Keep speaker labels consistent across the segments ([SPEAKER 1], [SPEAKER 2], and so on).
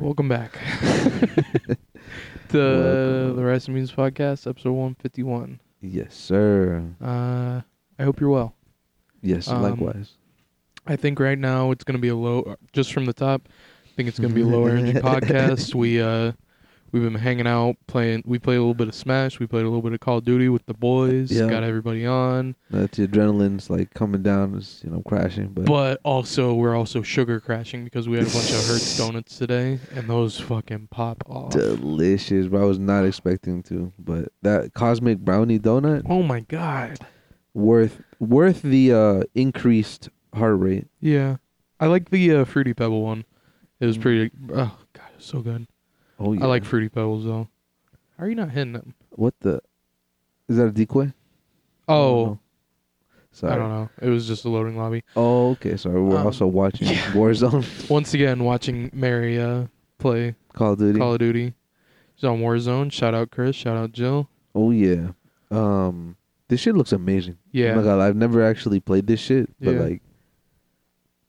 [SPEAKER 1] Welcome back. the the Rise and Means podcast, episode one fifty one.
[SPEAKER 2] Yes, sir.
[SPEAKER 1] Uh, I hope you're well.
[SPEAKER 2] Yes,
[SPEAKER 1] Um,
[SPEAKER 2] likewise.
[SPEAKER 1] I think right now it's gonna be a low, uh, just from the top. I think it's gonna be a low energy podcast. We uh, we've been hanging out playing. We played a little bit of Smash. We played a little bit of Call of Duty with the boys.
[SPEAKER 2] Yeah.
[SPEAKER 1] Got everybody on.
[SPEAKER 2] Not the adrenaline's like coming down, is you know crashing, but,
[SPEAKER 1] But also we're also sugar crashing because we had a bunch of Hertz donuts today, and those fucking pop off.
[SPEAKER 2] delicious. But I was not expecting to. But that cosmic brownie donut
[SPEAKER 1] Oh my god.
[SPEAKER 2] worth worth the uh increased heart rate.
[SPEAKER 1] Yeah, I like the uh, fruity pebble one. It was
[SPEAKER 2] Mm.
[SPEAKER 1] pretty. Oh god, it's so good.
[SPEAKER 2] Oh yeah.
[SPEAKER 1] I like fruity pebbles though. How are you not hitting them?
[SPEAKER 2] what the is that a decoy? I don't
[SPEAKER 1] Oh,
[SPEAKER 2] know. Sorry.
[SPEAKER 1] I don't know. It was just a loading lobby.
[SPEAKER 2] Oh, okay. Sorry. We're
[SPEAKER 1] Um,
[SPEAKER 2] also watching
[SPEAKER 1] yeah.
[SPEAKER 2] Warzone,
[SPEAKER 1] Once again, watching Mary uh, play
[SPEAKER 2] Call of Duty.
[SPEAKER 1] Call of Duty. She's on Warzone. Shout out Chris. Shout out Jill.
[SPEAKER 2] oh yeah. Um, this shit looks amazing.
[SPEAKER 1] Yeah,
[SPEAKER 2] Oh my god, I've never actually played this shit, but
[SPEAKER 1] Yeah.
[SPEAKER 2] like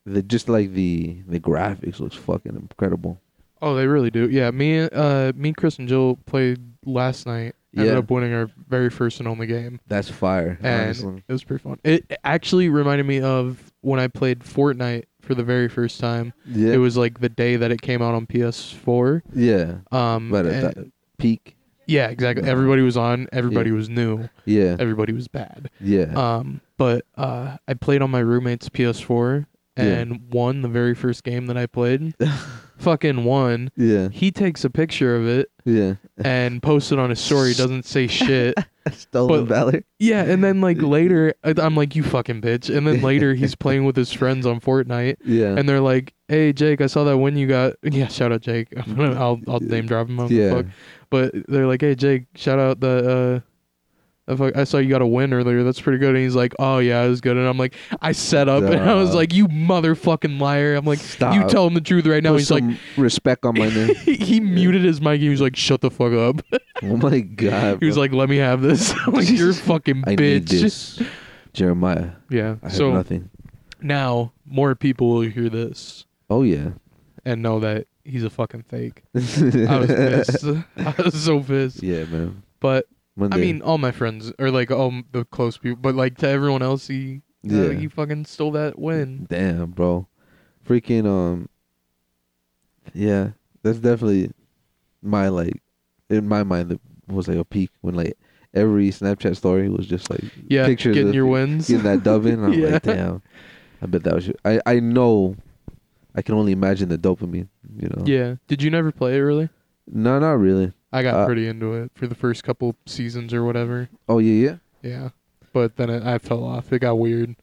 [SPEAKER 2] the just like the the graphics looks fucking incredible.
[SPEAKER 1] Oh, they really do. Yeah, me, uh, me, Chris, and Jill played last night. Ended
[SPEAKER 2] Yeah.
[SPEAKER 1] up winning our very first and only game,
[SPEAKER 2] That's fire.
[SPEAKER 1] and
[SPEAKER 2] honestly.
[SPEAKER 1] it was pretty fun. It actually reminded me of when I played Fortnite for the very first time.
[SPEAKER 2] Yeah.
[SPEAKER 1] It was like the day that it came out on PS4.
[SPEAKER 2] yeah.
[SPEAKER 1] Um,
[SPEAKER 2] But
[SPEAKER 1] and-
[SPEAKER 2] at that peak.
[SPEAKER 1] yeah, exactly.
[SPEAKER 2] Yeah.
[SPEAKER 1] Everybody was on. Everybody was new.
[SPEAKER 2] Yeah.
[SPEAKER 1] Everybody was bad.
[SPEAKER 2] Yeah.
[SPEAKER 1] Um, but uh, I played on my roommate's PS4 and won the very first game that I played. Fucking won.
[SPEAKER 2] yeah.
[SPEAKER 1] He takes a picture of it
[SPEAKER 2] Yeah.
[SPEAKER 1] and posts it on his story. Doesn't say shit.
[SPEAKER 2] Stolen
[SPEAKER 1] but-
[SPEAKER 2] valor.
[SPEAKER 1] Yeah, and then like later, I- I'm like, you fucking bitch. And then later, he's playing with his friends on Fortnite,
[SPEAKER 2] Yeah.
[SPEAKER 1] and they're like, "Hey, Jake, I saw that win you got." Yeah, shout out Jake. I'm gonna, I'll I'll name drop him. I don't give a
[SPEAKER 2] yeah.
[SPEAKER 1] fuck. but they're like, "Hey, Jake, shout out the." Uh, the fuck- I saw you got a win earlier. That's pretty good. And he's like, "Oh yeah, it was good." And I'm like, "I set up." And I was
[SPEAKER 2] Duh.
[SPEAKER 1] like, "You motherfucking liar!" I'm like,
[SPEAKER 2] Stop.
[SPEAKER 1] "You tell him the truth right now."
[SPEAKER 2] Put
[SPEAKER 1] he's like,
[SPEAKER 2] some respect on my name.
[SPEAKER 1] he, he muted his mic. He was like, "Shut the fuck up."
[SPEAKER 2] oh my god.
[SPEAKER 1] he was
[SPEAKER 2] bro.
[SPEAKER 1] like, "Let me have this." I'm like, "You're a fucking
[SPEAKER 2] I
[SPEAKER 1] bitch."
[SPEAKER 2] need this. Jeremiah.
[SPEAKER 1] Yeah.
[SPEAKER 2] I have
[SPEAKER 1] so
[SPEAKER 2] nothing.
[SPEAKER 1] now more people will hear this
[SPEAKER 2] Oh yeah.
[SPEAKER 1] and know that he's a fucking fake. I was pissed. I was so pissed.
[SPEAKER 2] yeah, man.
[SPEAKER 1] But
[SPEAKER 2] Monday.
[SPEAKER 1] I mean, all my friends or like all m- the close people, but like to everyone else, he yeah.
[SPEAKER 2] Yeah.
[SPEAKER 1] he fucking stole that win.
[SPEAKER 2] Damn, bro. Freaking um Yeah, that's definitely my like in my mind it was like a peak when like every Snapchat story was just like
[SPEAKER 1] Yeah,
[SPEAKER 2] pictures
[SPEAKER 1] getting
[SPEAKER 2] of
[SPEAKER 1] your wins.
[SPEAKER 2] getting that dub in. I'm
[SPEAKER 1] Yeah.
[SPEAKER 2] like, damn. I bet that was your- I I know I can only imagine the dopamine, you know.
[SPEAKER 1] Yeah. Did you never play it really?
[SPEAKER 2] No, not really.
[SPEAKER 1] I got
[SPEAKER 2] Uh,
[SPEAKER 1] pretty into it for the first couple seasons or whatever.
[SPEAKER 2] Oh yeah, yeah.
[SPEAKER 1] Yeah. But then it, I fell off. It got weird.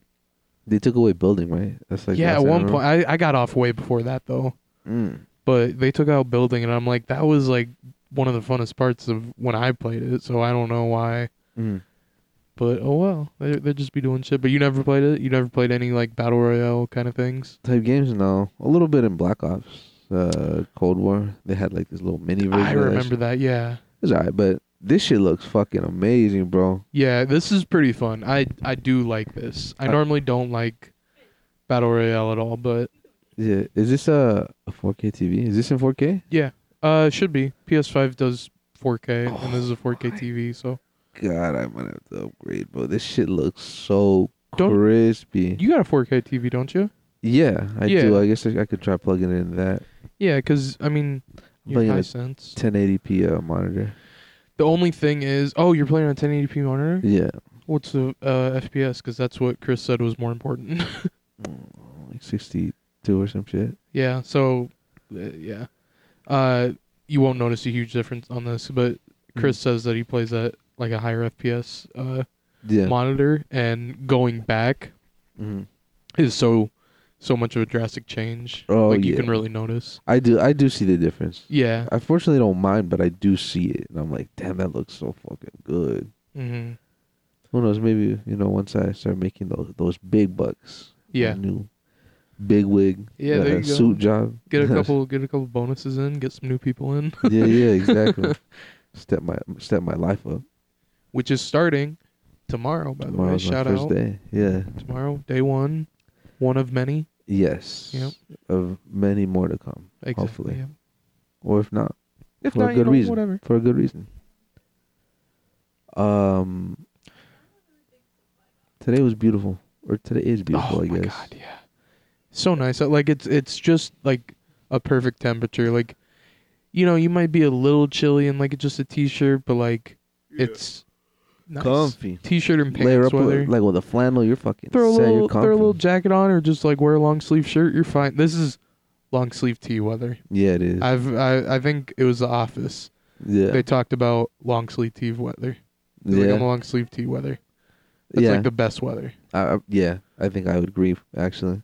[SPEAKER 2] They took away building, right? That's like
[SPEAKER 1] yeah,
[SPEAKER 2] last
[SPEAKER 1] at
[SPEAKER 2] thing I
[SPEAKER 1] one
[SPEAKER 2] remember.
[SPEAKER 1] point I, I got off way before that though.
[SPEAKER 2] Mm.
[SPEAKER 1] But they took out building and I'm like that was like one of the funnest parts of when I played it, so I don't know why.
[SPEAKER 2] Mm.
[SPEAKER 1] But oh well, they they just be doing shit. But you never played it. You never played any like battle royale kind of things.
[SPEAKER 2] Type games now. A little bit in Black Ops, uh, Cold War. They had like this little mini version.
[SPEAKER 1] I
[SPEAKER 2] of that shit.
[SPEAKER 1] remember that. Yeah,
[SPEAKER 2] It's alright, but this shit looks fucking amazing, bro.
[SPEAKER 1] yeah. This is pretty fun. I I do like this. I
[SPEAKER 2] Uh,
[SPEAKER 1] normally don't like battle royale at all, but
[SPEAKER 2] Yeah, is this a, a 4K TV? Is this in 4K?
[SPEAKER 1] uh, it should be PS5 does 4K and this is a 4K
[SPEAKER 2] Oh my
[SPEAKER 1] TV, so
[SPEAKER 2] God, I might have to upgrade, bro. This shit looks so
[SPEAKER 1] Don't-
[SPEAKER 2] crispy.
[SPEAKER 1] you got a 4K TV, don't you?
[SPEAKER 2] yeah, I
[SPEAKER 1] Yeah.
[SPEAKER 2] do. I guess I, I could try plugging in that
[SPEAKER 1] Yeah, because I mean,
[SPEAKER 2] I'm
[SPEAKER 1] your
[SPEAKER 2] playing it.
[SPEAKER 1] sense.
[SPEAKER 2] 1080p uh, monitor.
[SPEAKER 1] The only thing is, oh, you're playing on 1080p monitor.
[SPEAKER 2] Yeah,
[SPEAKER 1] What's the uh, FPS? Because that's what Chris said was more important.
[SPEAKER 2] like 62 or some shit.
[SPEAKER 1] Yeah. So, uh, yeah, uh, you won't notice a huge difference on this, but
[SPEAKER 2] Hmm.
[SPEAKER 1] Chris says that he plays at like a higher FPS uh,
[SPEAKER 2] Yeah.
[SPEAKER 1] monitor, and going back
[SPEAKER 2] Mhm.
[SPEAKER 1] is so so much of a drastic change.
[SPEAKER 2] Oh,
[SPEAKER 1] like you
[SPEAKER 2] yeah.
[SPEAKER 1] can really notice.
[SPEAKER 2] I do. I do see the difference.
[SPEAKER 1] Yeah.
[SPEAKER 2] I fortunately don't mind, but I do see it, and I'm like, damn, that looks so fucking good.
[SPEAKER 1] hmm
[SPEAKER 2] Who knows? Maybe you know. Once I start making those those big bucks,
[SPEAKER 1] Yeah.
[SPEAKER 2] a new big wig,
[SPEAKER 1] Yeah,
[SPEAKER 2] uh,
[SPEAKER 1] there you go.
[SPEAKER 2] suit job.
[SPEAKER 1] Get a couple get a couple bonuses in. Get some new people in,
[SPEAKER 2] yeah, yeah, exactly. step my step my life up.
[SPEAKER 1] which is starting tomorrow. By the way,
[SPEAKER 2] Tomorrow's
[SPEAKER 1] shout
[SPEAKER 2] my first
[SPEAKER 1] out
[SPEAKER 2] day. Yeah.
[SPEAKER 1] tomorrow, day one, one of many.
[SPEAKER 2] Yes.
[SPEAKER 1] Yep.
[SPEAKER 2] Of many more to come.
[SPEAKER 1] Exactly.
[SPEAKER 2] Hopefully.
[SPEAKER 1] yeah.
[SPEAKER 2] or if not,
[SPEAKER 1] If
[SPEAKER 2] for
[SPEAKER 1] not,
[SPEAKER 2] a
[SPEAKER 1] you
[SPEAKER 2] good
[SPEAKER 1] know,
[SPEAKER 2] reason.
[SPEAKER 1] whatever.
[SPEAKER 2] For a good reason. Um, today was beautiful, or today is beautiful.
[SPEAKER 1] oh
[SPEAKER 2] I
[SPEAKER 1] my
[SPEAKER 2] guess.
[SPEAKER 1] god, yeah. So nice. Uh, Like it's it's just like a perfect temperature. Like you know, you might be a little chilly in like just a t-shirt, but like it's nice.
[SPEAKER 2] Comfy.
[SPEAKER 1] T-shirt and pants
[SPEAKER 2] Layer up with-
[SPEAKER 1] weather.
[SPEAKER 2] like with a flannel. You're fucking.
[SPEAKER 1] throw a
[SPEAKER 2] set, you're
[SPEAKER 1] little throw a
[SPEAKER 2] comfy.
[SPEAKER 1] little jacket on or just like wear a long sleeve shirt, you're fine. This is long sleeve tee weather.
[SPEAKER 2] Yeah, it is.
[SPEAKER 1] I've I, I think it was the office.
[SPEAKER 2] yeah,
[SPEAKER 1] They talked about long sleeve tee weather. They're
[SPEAKER 2] yeah,
[SPEAKER 1] Like I'm a long sleeve tee weather. That's
[SPEAKER 2] yeah.
[SPEAKER 1] like the best weather.
[SPEAKER 2] I, I, yeah, I think I would agree. Actually,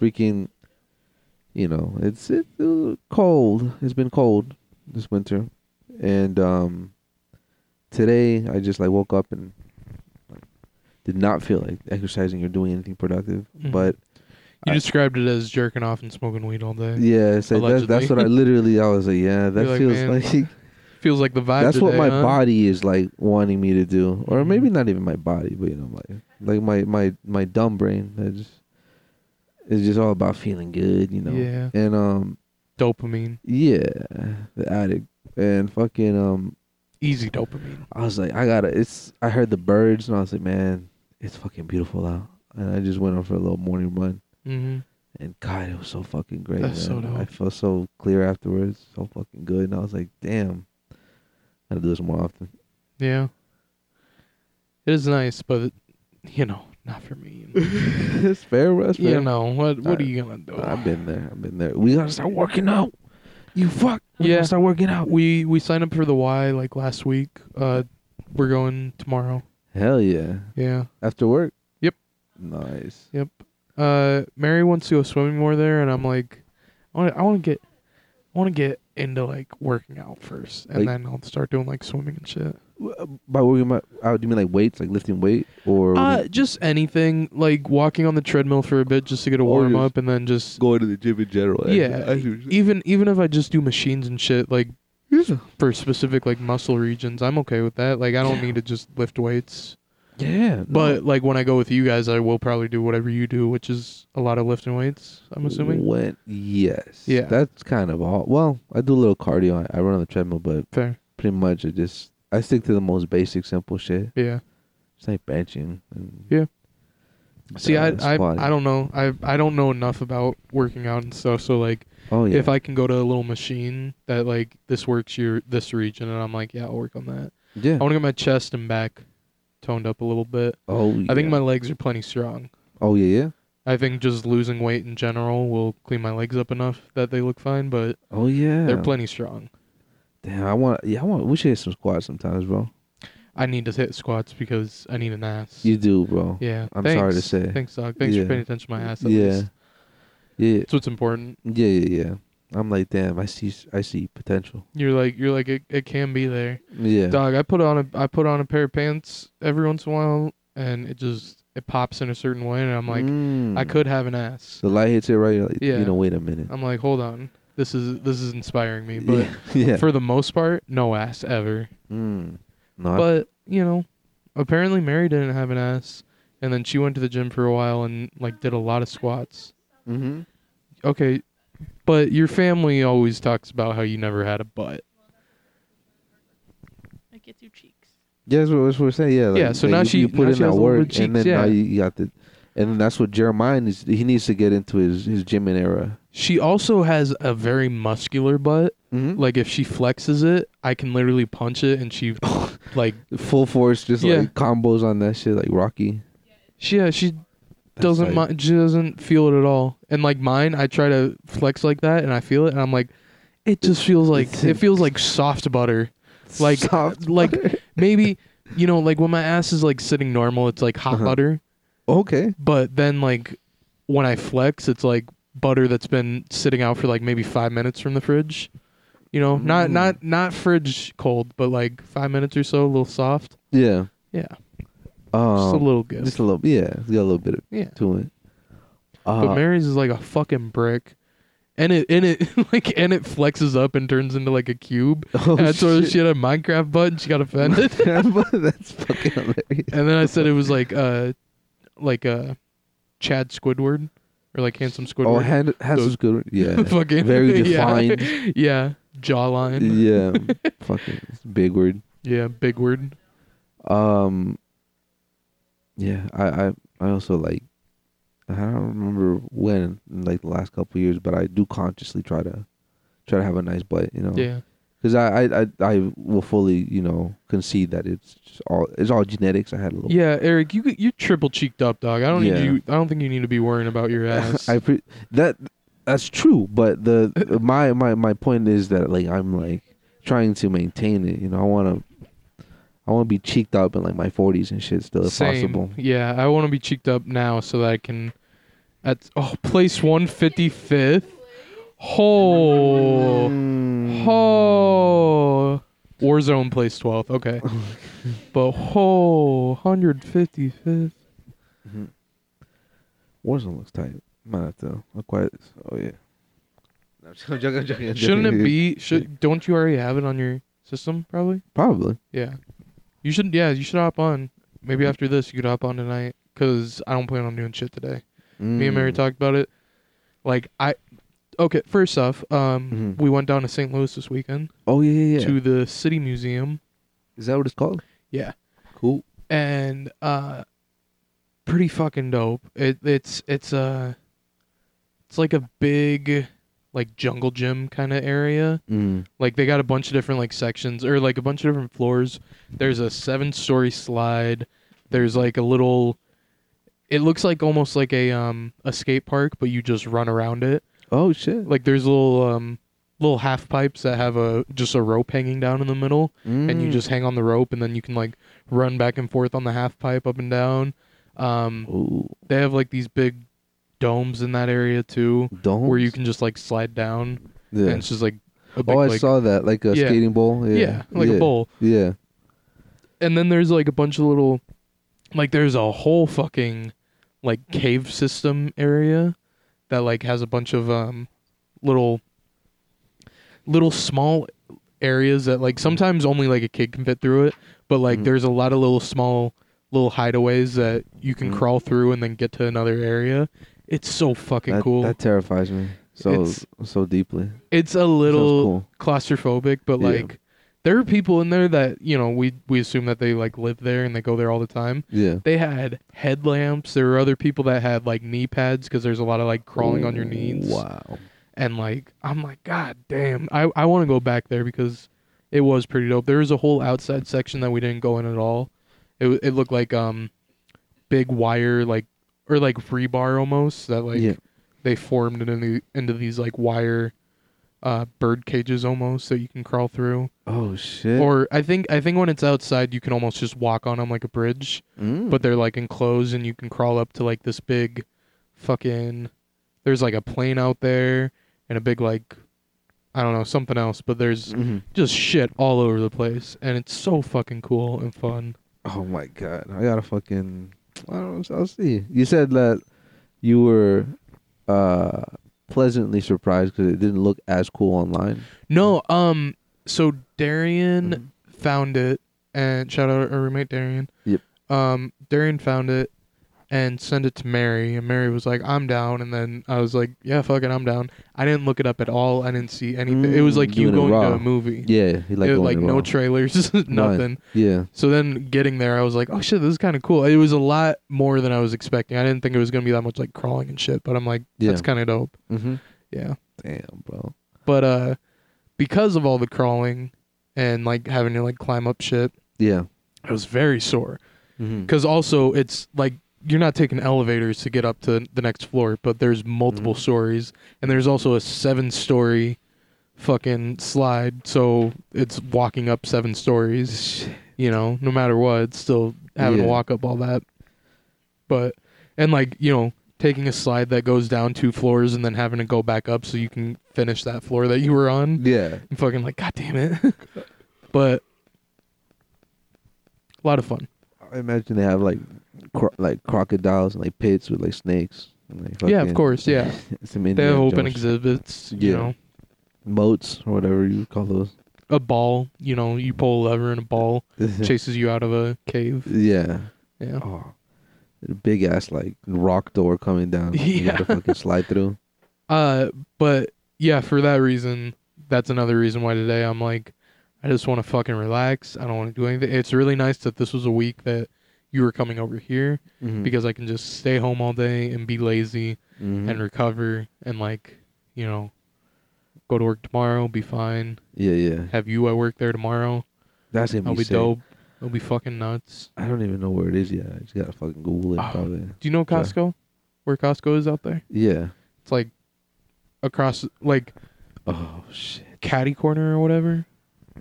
[SPEAKER 2] freaking, you know, it's it, it was cold. It's been cold this winter, and um, today I just like woke up and like, did not feel like exercising or doing anything productive.
[SPEAKER 1] Mhm.
[SPEAKER 2] But
[SPEAKER 1] You
[SPEAKER 2] I-
[SPEAKER 1] described it as jerking off and smoking weed all day.
[SPEAKER 2] yeah, it's like that's that's what I literally I was like, yeah, that
[SPEAKER 1] You're like,
[SPEAKER 2] feels
[SPEAKER 1] "Man,
[SPEAKER 2] like
[SPEAKER 1] Feels like the vibe.
[SPEAKER 2] that's what
[SPEAKER 1] today,
[SPEAKER 2] my
[SPEAKER 1] huh?
[SPEAKER 2] body is like wanting me to do, or
[SPEAKER 1] Mhm.
[SPEAKER 2] maybe not even my body, but you know, like like my my my dumb brain that just is just all about feeling good, you know.
[SPEAKER 1] Yeah.
[SPEAKER 2] And um,
[SPEAKER 1] Dopamine.
[SPEAKER 2] yeah, the addict and fucking um,
[SPEAKER 1] Easy dopamine.
[SPEAKER 2] I was like, I gotta. It's I heard the birds and I was like, man, it's fucking beautiful out, and I just went on for a little morning run.
[SPEAKER 1] Mm-hmm.
[SPEAKER 2] And God, it was so fucking great.
[SPEAKER 1] That's
[SPEAKER 2] man.
[SPEAKER 1] so dope.
[SPEAKER 2] I felt so clear afterwards, so fucking good. And I was like, damn, I gotta do this more often.
[SPEAKER 1] Yeah. It is nice, but you know, not for me.
[SPEAKER 2] it's fair, bro. It's fair.
[SPEAKER 1] you know what? What are you gonna do?
[SPEAKER 2] I've been there. I've been there. We gotta start working out. You fuck. We
[SPEAKER 1] Yeah.
[SPEAKER 2] gotta start working out.
[SPEAKER 1] We we signed up for the Y like last week. Uh, we're going tomorrow.
[SPEAKER 2] Hell yeah.
[SPEAKER 1] Yeah.
[SPEAKER 2] After work.
[SPEAKER 1] Yep.
[SPEAKER 2] Nice.
[SPEAKER 1] Yep. Uh, Mary wants to go swimming more there, and I'm like, I want I want to get, I want to get into like working out first, and
[SPEAKER 2] Like-
[SPEAKER 1] then I'll start doing like swimming and shit.
[SPEAKER 2] W- By working out, out, do you mean like weights, like lifting weight, or what do
[SPEAKER 1] Uh,
[SPEAKER 2] you-
[SPEAKER 1] just anything like walking on the treadmill for a bit just to get a
[SPEAKER 2] Or
[SPEAKER 1] warm
[SPEAKER 2] just-
[SPEAKER 1] up, and then just
[SPEAKER 2] going to the gym in general?
[SPEAKER 1] Yeah,
[SPEAKER 2] I see what you're saying.
[SPEAKER 1] even even if I just do machines and shit like for specific like muscle regions, I'm okay with that. Like I don't need to just lift weights.
[SPEAKER 2] yeah. no.
[SPEAKER 1] But like when I go with you guys, I will probably do whatever you do, which is a lot of lifting weights. I'm assuming.
[SPEAKER 2] When, yes.
[SPEAKER 1] Yeah.
[SPEAKER 2] That's kind of all. Well, I do a little cardio. I, I run on the treadmill, but
[SPEAKER 1] Fair.
[SPEAKER 2] pretty much I just I stick to the most basic, simple shit.
[SPEAKER 1] Yeah.
[SPEAKER 2] It's like benching. And
[SPEAKER 1] Yeah. See, I,
[SPEAKER 2] uh,
[SPEAKER 1] I
[SPEAKER 2] squatting.
[SPEAKER 1] I don't know. I I don't know enough about working out and stuff. So like,
[SPEAKER 2] Oh yeah.
[SPEAKER 1] if I can go to a little machine that like this works your this region, and I'm like, yeah, I'll work on that.
[SPEAKER 2] yeah.
[SPEAKER 1] I want to get my chest and back toned up a little bit.
[SPEAKER 2] Oh, yeah.
[SPEAKER 1] I think my legs are plenty strong.
[SPEAKER 2] Oh yeah, yeah.
[SPEAKER 1] I think just losing weight in general will clean my legs up enough that they look fine, but
[SPEAKER 2] Oh yeah.
[SPEAKER 1] they're plenty strong.
[SPEAKER 2] Damn, I want. Yeah, I want. We should hit some squats sometimes, bro.
[SPEAKER 1] I need to hit squats because I need an ass.
[SPEAKER 2] You do, bro.
[SPEAKER 1] yeah.
[SPEAKER 2] I'm
[SPEAKER 1] thanks.
[SPEAKER 2] sorry to say.
[SPEAKER 1] Thanks, Doc. Thanks
[SPEAKER 2] Yeah.
[SPEAKER 1] for paying attention to my ass. At
[SPEAKER 2] Yeah.
[SPEAKER 1] Least.
[SPEAKER 2] Yeah,
[SPEAKER 1] That's what's important.
[SPEAKER 2] yeah, yeah, yeah. I'm like, damn. I see. I see potential.
[SPEAKER 1] You're like you're like it, it can be there.
[SPEAKER 2] Yeah.
[SPEAKER 1] Dog, I put on a I put on a pair of pants every once in a while, and it just it pops in a certain way, and I'm like,
[SPEAKER 2] Mm.
[SPEAKER 1] I could have an ass.
[SPEAKER 2] The light hits it right. You're like,
[SPEAKER 1] Yeah.
[SPEAKER 2] You know, wait a minute.
[SPEAKER 1] I'm like, hold on, this is this is inspiring me, but
[SPEAKER 2] yeah. yeah.
[SPEAKER 1] for the most part, no ass ever.
[SPEAKER 2] Mm. No. I-
[SPEAKER 1] But you know, apparently Mary didn't have an ass, and then she went to the gym for a while and like did a lot of squats.
[SPEAKER 2] Mhm.
[SPEAKER 1] Okay, but your family always talks about how you never had a butt.
[SPEAKER 3] I get two cheeks.
[SPEAKER 2] Yeah, that's what, that's what we're saying. Yeah. Like,
[SPEAKER 1] Yeah, so
[SPEAKER 2] like
[SPEAKER 1] now
[SPEAKER 2] you,
[SPEAKER 1] she-
[SPEAKER 2] you put
[SPEAKER 1] now
[SPEAKER 2] in
[SPEAKER 1] she
[SPEAKER 2] that
[SPEAKER 1] has a little
[SPEAKER 2] work,
[SPEAKER 1] bit of
[SPEAKER 2] and
[SPEAKER 1] cheeks,
[SPEAKER 2] then now
[SPEAKER 1] yeah.
[SPEAKER 2] you, you got the, and then that's what Jeremiah is. He needs to get into his his gym and era.
[SPEAKER 1] She also has a very muscular butt.
[SPEAKER 2] Mm-hmm.
[SPEAKER 1] Like if she flexes it, I can literally punch it, and she like
[SPEAKER 2] full force, just
[SPEAKER 1] Yeah.
[SPEAKER 2] like combos on that shit, like Rocky.
[SPEAKER 1] she yeah, she
[SPEAKER 2] That's
[SPEAKER 1] doesn't
[SPEAKER 2] like-
[SPEAKER 1] mind. She doesn't feel it at all. And like mine, I try to flex like that, and I feel it, and I'm like, it just feels like it feels like soft butter. Like uh,
[SPEAKER 2] Soft
[SPEAKER 1] like
[SPEAKER 2] butter.
[SPEAKER 1] maybe you know like when my ass is like sitting normal, it's like hot
[SPEAKER 2] Uh-huh.
[SPEAKER 1] butter.
[SPEAKER 2] okay.
[SPEAKER 1] But then like when I flex, it's like butter that's been sitting out for like maybe five minutes from the fridge. You know, not
[SPEAKER 2] Mm.
[SPEAKER 1] not not fridge cold, but like five minutes or so, a little soft.
[SPEAKER 2] Yeah.
[SPEAKER 1] Yeah,
[SPEAKER 2] Um,
[SPEAKER 1] just a little good.
[SPEAKER 2] Just a little. Yeah, it's got a little bit of
[SPEAKER 1] yeah.
[SPEAKER 2] to it. Uh,
[SPEAKER 1] But Mary's is like a fucking brick. And it and it like and it flexes up and turns into like a cube.
[SPEAKER 2] oh,
[SPEAKER 1] and I told her
[SPEAKER 2] shit.
[SPEAKER 1] she had a Minecraft button, she got offended.
[SPEAKER 2] That's fucking hilarious.
[SPEAKER 1] and then I said it was like uh like uh Chad Squidward or like handsome Squidward.
[SPEAKER 2] Oh, hand, has
[SPEAKER 1] Those-
[SPEAKER 2] good. Yeah.
[SPEAKER 1] fucking
[SPEAKER 2] Very
[SPEAKER 1] yeah.
[SPEAKER 2] defined.
[SPEAKER 1] Yeah. jawline.
[SPEAKER 2] yeah, fucking it's a big word.
[SPEAKER 1] Yeah, big word.
[SPEAKER 2] Um, yeah, I, I, I also like. I don't remember when, in, like the last couple years, but I do consciously try to, try to have a nice bite, you know.
[SPEAKER 1] Yeah,
[SPEAKER 2] Because I, I, I, I will fully, you know, concede that it's just all it's all genetics. I had a little.
[SPEAKER 1] yeah, Eric, you you triple cheeked up, dog. I don't
[SPEAKER 2] Yeah.
[SPEAKER 1] need you. I don't think you need to be worrying about your ass.
[SPEAKER 2] I pre- that that's true, but the my my my point is that like I'm like trying to maintain it. You know, I want to I want to be cheeked up in like my 40s and shit still if
[SPEAKER 1] Same.
[SPEAKER 2] possible.
[SPEAKER 1] Yeah, I want to be cheeked up now so that I can. At oh, place one fifty fifth. Oh,
[SPEAKER 2] Mm.
[SPEAKER 1] oh. Warzone place twelfth. Okay, but oh, 155th.
[SPEAKER 2] Mhm. Warzone looks tight. Might have to acquire this. Oh yeah. No, I'm joking, I'm joking, I'm
[SPEAKER 1] Shouldn't it
[SPEAKER 2] joking.
[SPEAKER 1] be? Should don't you already have it on your system? Probably.
[SPEAKER 2] probably?
[SPEAKER 1] Yeah. You should. Yeah, you should hop on. Maybe after this, you could hop on tonight. Cause I don't plan on doing shit today. Me and Mary
[SPEAKER 2] Mm.
[SPEAKER 1] talked about it. Like I. Okay, first off, um,
[SPEAKER 2] Mhm.
[SPEAKER 1] we went down to St. Louis this weekend
[SPEAKER 2] Oh yeah, yeah, yeah.
[SPEAKER 1] to the City Museum.
[SPEAKER 2] Is that what it's called?
[SPEAKER 1] Yeah.
[SPEAKER 2] Cool.
[SPEAKER 1] and uh pretty fucking dope. It it's it's uh it's like a big like jungle gym kind of area.
[SPEAKER 2] Mm.
[SPEAKER 1] Like they got a bunch of different like sections or like a bunch of different floors. There's a seven-story slide. There's like a little it looks like almost like a um a skate park, but you just run around it.
[SPEAKER 2] Oh shit.
[SPEAKER 1] Like there's little um little half pipes that have a just a rope hanging down in the middle and you
[SPEAKER 2] Mm.
[SPEAKER 1] just hang on the rope and then you can like run back and forth on the half pipe up and down. Um,
[SPEAKER 2] Ooh.
[SPEAKER 1] they have like these big domes in that area too,
[SPEAKER 2] Don't
[SPEAKER 1] where you can just like slide down
[SPEAKER 2] yeah.
[SPEAKER 1] and it's just like a big
[SPEAKER 2] Oh, I
[SPEAKER 1] like,
[SPEAKER 2] saw that, like a
[SPEAKER 1] Yeah.
[SPEAKER 2] skating bowl. Yeah,
[SPEAKER 1] yeah, like
[SPEAKER 2] yeah.
[SPEAKER 1] a bowl.
[SPEAKER 2] Yeah.
[SPEAKER 1] And then there's like a bunch of little, like there's a whole fucking like cave system area that like has a bunch of um little little small areas that like sometimes only like a kid can fit through it but like
[SPEAKER 2] Mhm.
[SPEAKER 1] there's a lot of little small little hideaways that you can
[SPEAKER 2] Mhm.
[SPEAKER 1] crawl through and then get to another area it's so fucking
[SPEAKER 2] That,
[SPEAKER 1] cool
[SPEAKER 2] that terrifies me so
[SPEAKER 1] It's-
[SPEAKER 2] so deeply.
[SPEAKER 1] it's a
[SPEAKER 2] Sounds
[SPEAKER 1] little
[SPEAKER 2] cool.
[SPEAKER 1] claustrophobic but
[SPEAKER 2] Yeah.
[SPEAKER 1] like there are people in there that you know we we assume that they like live there and they go there all the time
[SPEAKER 2] Yeah.
[SPEAKER 1] they had headlamps there were other people that had like knee pads because there's a lot of like crawling on your knees
[SPEAKER 2] Wow.
[SPEAKER 1] and like I'm like, God damn, I I want to go back there because it was pretty dope. There was a whole outside section that we didn't go in at all. It w- it looked like um big wire like or like rebar almost that like
[SPEAKER 2] Yeah.
[SPEAKER 1] they formed it into into these like wire uh bird cages almost that you can crawl through.
[SPEAKER 2] Oh shit.
[SPEAKER 1] Or I think I think when it's outside you can almost just walk on them like a bridge,
[SPEAKER 2] Mm.
[SPEAKER 1] but they're like enclosed and you can crawl up to like this big fucking there's like a plane out there and a big like I don't know, something else, but there's
[SPEAKER 2] Mhm.
[SPEAKER 1] just shit all over the place and it's so fucking cool and fun.
[SPEAKER 2] Oh my god. I gotta fucking. I don't. know, I'll see. You said that you were uh pleasantly surprised because it didn't look as cool online.
[SPEAKER 1] No, um so Darian
[SPEAKER 2] Mhm.
[SPEAKER 1] found it and shout out our roommate Darian.
[SPEAKER 2] Yep.
[SPEAKER 1] Um Darian found it and sent it to Mary and Mary was like, I'm down and then I was like, Yeah, fucking I'm down. I didn't look it up at all. I didn't see anything. it was
[SPEAKER 2] Mm,
[SPEAKER 1] like you
[SPEAKER 2] doing it
[SPEAKER 1] going to
[SPEAKER 2] raw.
[SPEAKER 1] a movie.
[SPEAKER 2] Yeah. He
[SPEAKER 1] It
[SPEAKER 2] like
[SPEAKER 1] was,
[SPEAKER 2] going
[SPEAKER 1] like
[SPEAKER 2] it
[SPEAKER 1] no
[SPEAKER 2] raw.
[SPEAKER 1] trailers, nothing.
[SPEAKER 2] Yeah.
[SPEAKER 1] So then getting there, I was like, oh shit, this is kind of cool. It was a lot more than I was expecting. I didn't think it was gonna be that much like crawling and shit, but I'm like, that's
[SPEAKER 2] Yeah.
[SPEAKER 1] kind of dope.
[SPEAKER 2] Mm-hmm.
[SPEAKER 1] Yeah.
[SPEAKER 2] Damn, bro.
[SPEAKER 1] But uh, because of all the crawling and like having to like climb up shit,
[SPEAKER 2] Yeah.
[SPEAKER 1] I was very sore.
[SPEAKER 2] Mm-hmm.
[SPEAKER 1] Cause also it's like you're not taking elevators to get up to the next floor, but there's multiple
[SPEAKER 2] Mhm.
[SPEAKER 1] stories, and there's also a seven-story fucking slide. So it's walking up seven stories you know, no matter what, it's still having
[SPEAKER 2] Yeah.
[SPEAKER 1] to walk up all that. But and like, you know, taking a slide that goes down two floors and then having to go back up so you can finish that floor that you were on.
[SPEAKER 2] Yeah.
[SPEAKER 1] I'm fucking like, God damn it. but a lot of fun.
[SPEAKER 2] I imagine they have like cro- like crocodiles and like pits with like snakes. And, like,
[SPEAKER 1] Yeah, of
[SPEAKER 2] fucking-
[SPEAKER 1] course, yeah.
[SPEAKER 2] some
[SPEAKER 1] They
[SPEAKER 2] Indiana
[SPEAKER 1] have open
[SPEAKER 2] Jones
[SPEAKER 1] exhibits, you
[SPEAKER 2] Yeah.
[SPEAKER 1] know.
[SPEAKER 2] moats or whatever you call those.
[SPEAKER 1] A ball, you know, you pull a lever and a ball chases you out of a cave.
[SPEAKER 2] yeah.
[SPEAKER 1] Yeah.
[SPEAKER 2] Oh, a big ass like rock door coming down. You
[SPEAKER 1] Yeah.
[SPEAKER 2] gotta fucking slide through.
[SPEAKER 1] Uh, but yeah, for that reason, that's another reason why today I'm like, I just want to fucking relax. I don't want to do anything. It's really nice that this was a week that you were coming over here
[SPEAKER 2] Mhm.
[SPEAKER 1] because I can just stay home all day and be lazy
[SPEAKER 2] Mhm.
[SPEAKER 1] and recover and like, you know, go to work tomorrow, be fine.
[SPEAKER 2] yeah, yeah,
[SPEAKER 1] Have you at work there tomorrow.
[SPEAKER 2] that's gonna
[SPEAKER 1] I'll
[SPEAKER 2] be,
[SPEAKER 1] be
[SPEAKER 2] sick.
[SPEAKER 1] dope. It'll be fucking nuts.
[SPEAKER 2] I don't even know where it is yet. I just gotta fucking Google it.
[SPEAKER 1] Oh.
[SPEAKER 2] Probably.
[SPEAKER 1] Do you know
[SPEAKER 2] Sure.
[SPEAKER 1] Costco? Where Costco is out there?
[SPEAKER 2] Yeah.
[SPEAKER 1] It's like across like
[SPEAKER 2] Oh shit.
[SPEAKER 1] Caddy Corner or whatever.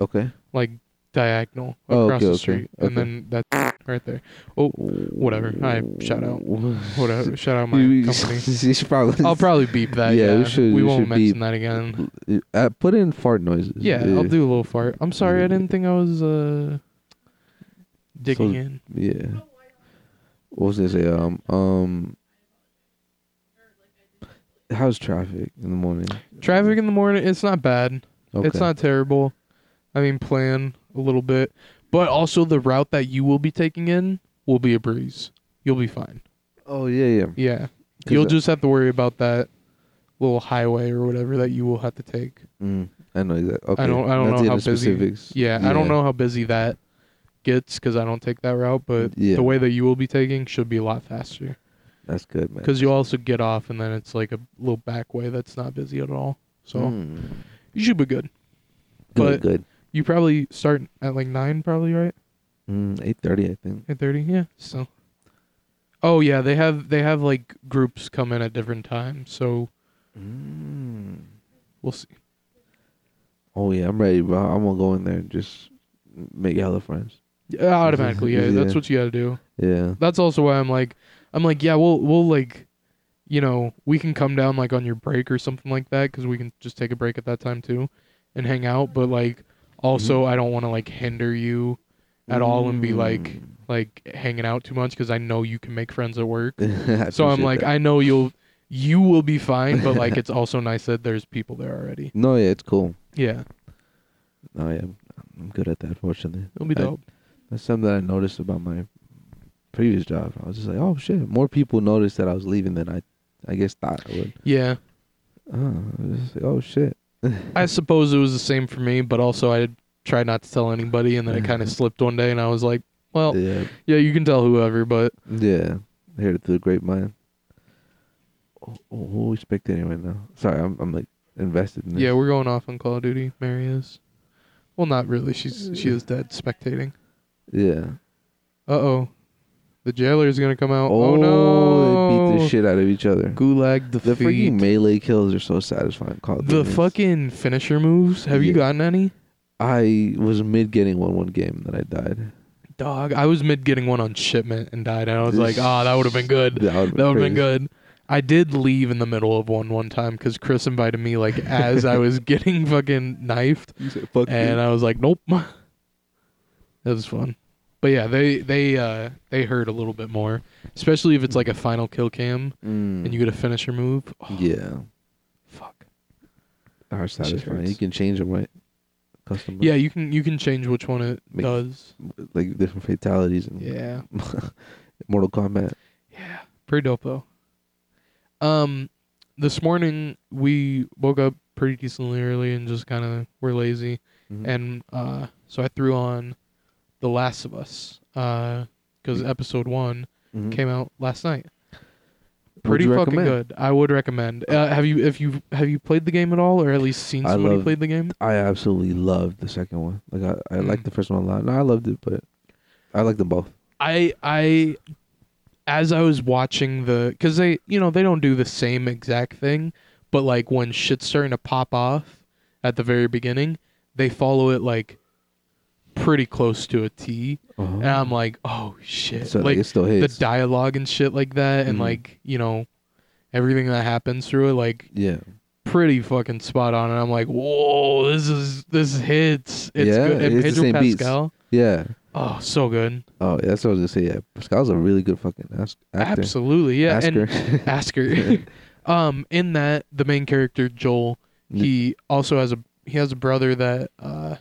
[SPEAKER 2] Okay.
[SPEAKER 1] Like diagonal
[SPEAKER 2] Oh,
[SPEAKER 1] across
[SPEAKER 2] okay,
[SPEAKER 1] the
[SPEAKER 2] okay,
[SPEAKER 1] street.
[SPEAKER 2] okay.
[SPEAKER 1] And then that's right there. Whatever. I shout out. Whatever. Shout out
[SPEAKER 2] You-
[SPEAKER 1] my
[SPEAKER 2] you-
[SPEAKER 1] company.
[SPEAKER 2] you should probably.
[SPEAKER 1] I'll probably beep that.
[SPEAKER 2] Yeah,
[SPEAKER 1] Yeah,
[SPEAKER 2] we should- we
[SPEAKER 1] won't
[SPEAKER 2] should
[SPEAKER 1] mention
[SPEAKER 2] beep.
[SPEAKER 1] that again.
[SPEAKER 2] Uh, put in fart noises.
[SPEAKER 1] Yeah, I'll do a little fart. I'm sorry, I didn't think I was uh digging
[SPEAKER 2] So-
[SPEAKER 1] in.
[SPEAKER 2] Yeah. What was I gonna say? Um, um. How's traffic in the morning?
[SPEAKER 1] Traffic in the morning, it's not bad.
[SPEAKER 2] Okay.
[SPEAKER 1] It's not terrible. I mean, plan a little bit, but also the route that you will be taking in will be a breeze. You'll be fine.
[SPEAKER 2] Oh yeah, yeah.
[SPEAKER 1] Yeah,
[SPEAKER 2] 'Cause,
[SPEAKER 1] you'll
[SPEAKER 2] uh,
[SPEAKER 1] just have to worry about that little highway or whatever that you will have to take.
[SPEAKER 2] Mm, I know exactly. Okay.
[SPEAKER 1] I don't. I don't
[SPEAKER 2] Not
[SPEAKER 1] know
[SPEAKER 2] the
[SPEAKER 1] how
[SPEAKER 2] other
[SPEAKER 1] busy.
[SPEAKER 2] specifics.
[SPEAKER 1] Yeah, I don't know how busy that gets because I don't take that route. But
[SPEAKER 2] Yeah.
[SPEAKER 1] the way that you will be taking should be a lot faster.
[SPEAKER 2] That's good, man.
[SPEAKER 1] because you also get off and then it's like a little back way that's not busy at all. So
[SPEAKER 2] Mm.
[SPEAKER 1] you should be good. but-
[SPEAKER 2] good, good.
[SPEAKER 1] You probably start at like nine, probably right
[SPEAKER 2] Mm, Eight thirty, I think.
[SPEAKER 1] at thirty. Yeah. So. Oh yeah, they have they have like groups come in at different times, so
[SPEAKER 2] Mm.
[SPEAKER 1] we'll see.
[SPEAKER 2] Oh yeah, I'm ready, bro. I'm gonna go in there and just make hella friends.
[SPEAKER 1] Yeah, Automatically, yeah,
[SPEAKER 2] Yeah.
[SPEAKER 1] that's what you got to do.
[SPEAKER 2] Yeah.
[SPEAKER 1] That's also why I'm like, I'm like, yeah, we'll we'll like, you know, we can come down like on your break or something like that because we can just take a break at that time too, and hang out. But like, also, I don't want to like hinder you at all and be
[SPEAKER 2] Mm.
[SPEAKER 1] like, like hanging out too much because I know you can make friends at work.
[SPEAKER 2] I
[SPEAKER 1] So I'm
[SPEAKER 2] appreciate
[SPEAKER 1] like,
[SPEAKER 2] that.
[SPEAKER 1] I know you'll you will be fine, but like it's also nice that there's people there already.
[SPEAKER 2] no, yeah, it's cool.
[SPEAKER 1] Yeah,
[SPEAKER 2] No, yeah, I'm, I'm good at that. Fortunately,
[SPEAKER 1] it'll be
[SPEAKER 2] I-
[SPEAKER 1] dope.
[SPEAKER 2] that's something that I noticed about my previous job. I was just like, oh shit, more people noticed that I was leaving than I, I guess thought I would.
[SPEAKER 1] yeah,
[SPEAKER 2] Oh, I was just like, oh shit.
[SPEAKER 1] I suppose it was the same for me, but also I tried not to tell anybody, and then it kind of slipped one day, and I was like, well,
[SPEAKER 2] Yeah,
[SPEAKER 1] yeah, you can tell whoever, but
[SPEAKER 2] yeah. I heard it through the grapevine. Oh, oh, who we spectating right now? Sorry, I'm I'm like invested in this.
[SPEAKER 1] yeah, we're going off on Call of Duty. Mary is, well, not really. She's she is dead spectating.
[SPEAKER 2] yeah.
[SPEAKER 1] Uh oh, the jailer is gonna come out. Oh,
[SPEAKER 2] they
[SPEAKER 1] no,
[SPEAKER 2] beat the shit out of each other.
[SPEAKER 1] Gulag
[SPEAKER 2] The
[SPEAKER 1] defeat.
[SPEAKER 2] freaking melee kills are so satisfying. Call of
[SPEAKER 1] The
[SPEAKER 2] Duty.
[SPEAKER 1] fucking finisher moves. Have you
[SPEAKER 2] Yeah.
[SPEAKER 1] gotten any?
[SPEAKER 2] I was mid getting one one game that I died.
[SPEAKER 1] Dog, I was mid getting one on shipment and died, and I was like, ah, that would have been good.
[SPEAKER 2] That would
[SPEAKER 1] That would have been
[SPEAKER 2] crazy.
[SPEAKER 1] good. I did leave in the middle of one one time because Chris invited me like as I was getting fucking knifed,
[SPEAKER 2] You said, Fuck
[SPEAKER 1] and I was like, nope. That was fun, but yeah, they they uh they hurt a little bit more, especially if it's like a final kill cam
[SPEAKER 2] you. Mm.
[SPEAKER 1] and you get a finisher move. Oh,
[SPEAKER 2] yeah,
[SPEAKER 1] fuck.
[SPEAKER 2] are satisfying.
[SPEAKER 1] hurts.
[SPEAKER 2] You can change them, right? Custom.
[SPEAKER 1] Yeah, you can you can change which one it
[SPEAKER 2] Make-
[SPEAKER 1] does.
[SPEAKER 2] like different fatalities and
[SPEAKER 1] Yeah.
[SPEAKER 2] Mortal Kombat.
[SPEAKER 1] Yeah, pretty dope though. Um, this morning we woke up pretty decently early and just kind of were lazy,
[SPEAKER 2] Mhm.
[SPEAKER 1] and uh, so I threw on The Last of Us because
[SPEAKER 2] Mm-hmm.
[SPEAKER 1] episode one
[SPEAKER 2] Mhm.
[SPEAKER 1] came out last night.
[SPEAKER 2] Would
[SPEAKER 1] Pretty
[SPEAKER 2] Mm-hmm. you
[SPEAKER 1] fucking
[SPEAKER 2] recommend?
[SPEAKER 1] good. I would recommend. Uh, have you if you have you played the game at all, or at least seen
[SPEAKER 2] I
[SPEAKER 1] somebody
[SPEAKER 2] love-
[SPEAKER 1] played the game?
[SPEAKER 2] I absolutely loved the second one. Like I, I
[SPEAKER 1] Mm.
[SPEAKER 2] liked the first one a lot. No, I loved it, but I liked them both.
[SPEAKER 1] I I as I was watching the because they you know they don't do the same exact thing, but like when shit's starting to pop off at the very beginning, they follow it like pretty close to a T,
[SPEAKER 2] Uh-huh.
[SPEAKER 1] and I'm like, oh shit,
[SPEAKER 2] so like,
[SPEAKER 1] like
[SPEAKER 2] it still
[SPEAKER 1] the
[SPEAKER 2] hits.
[SPEAKER 1] dialogue and shit like that, and
[SPEAKER 2] Mhm.
[SPEAKER 1] like you know everything that happens through it, like
[SPEAKER 2] yeah,
[SPEAKER 1] pretty fucking spot on, and I'm like, whoa, this is this hits, it's
[SPEAKER 2] Yeah,
[SPEAKER 1] good, and
[SPEAKER 2] it's the
[SPEAKER 1] Pedro
[SPEAKER 2] same beats.
[SPEAKER 1] Pascal,
[SPEAKER 2] yeah.
[SPEAKER 1] oh so good,
[SPEAKER 2] Oh, yeah, that's what I was gonna say. Yeah, Pascal's a really good fucking ask, actor.
[SPEAKER 1] absolutely, yeah, and
[SPEAKER 2] Asker.
[SPEAKER 1] Asker. um, in that the main character Joel, he also has a he has a brother that uh,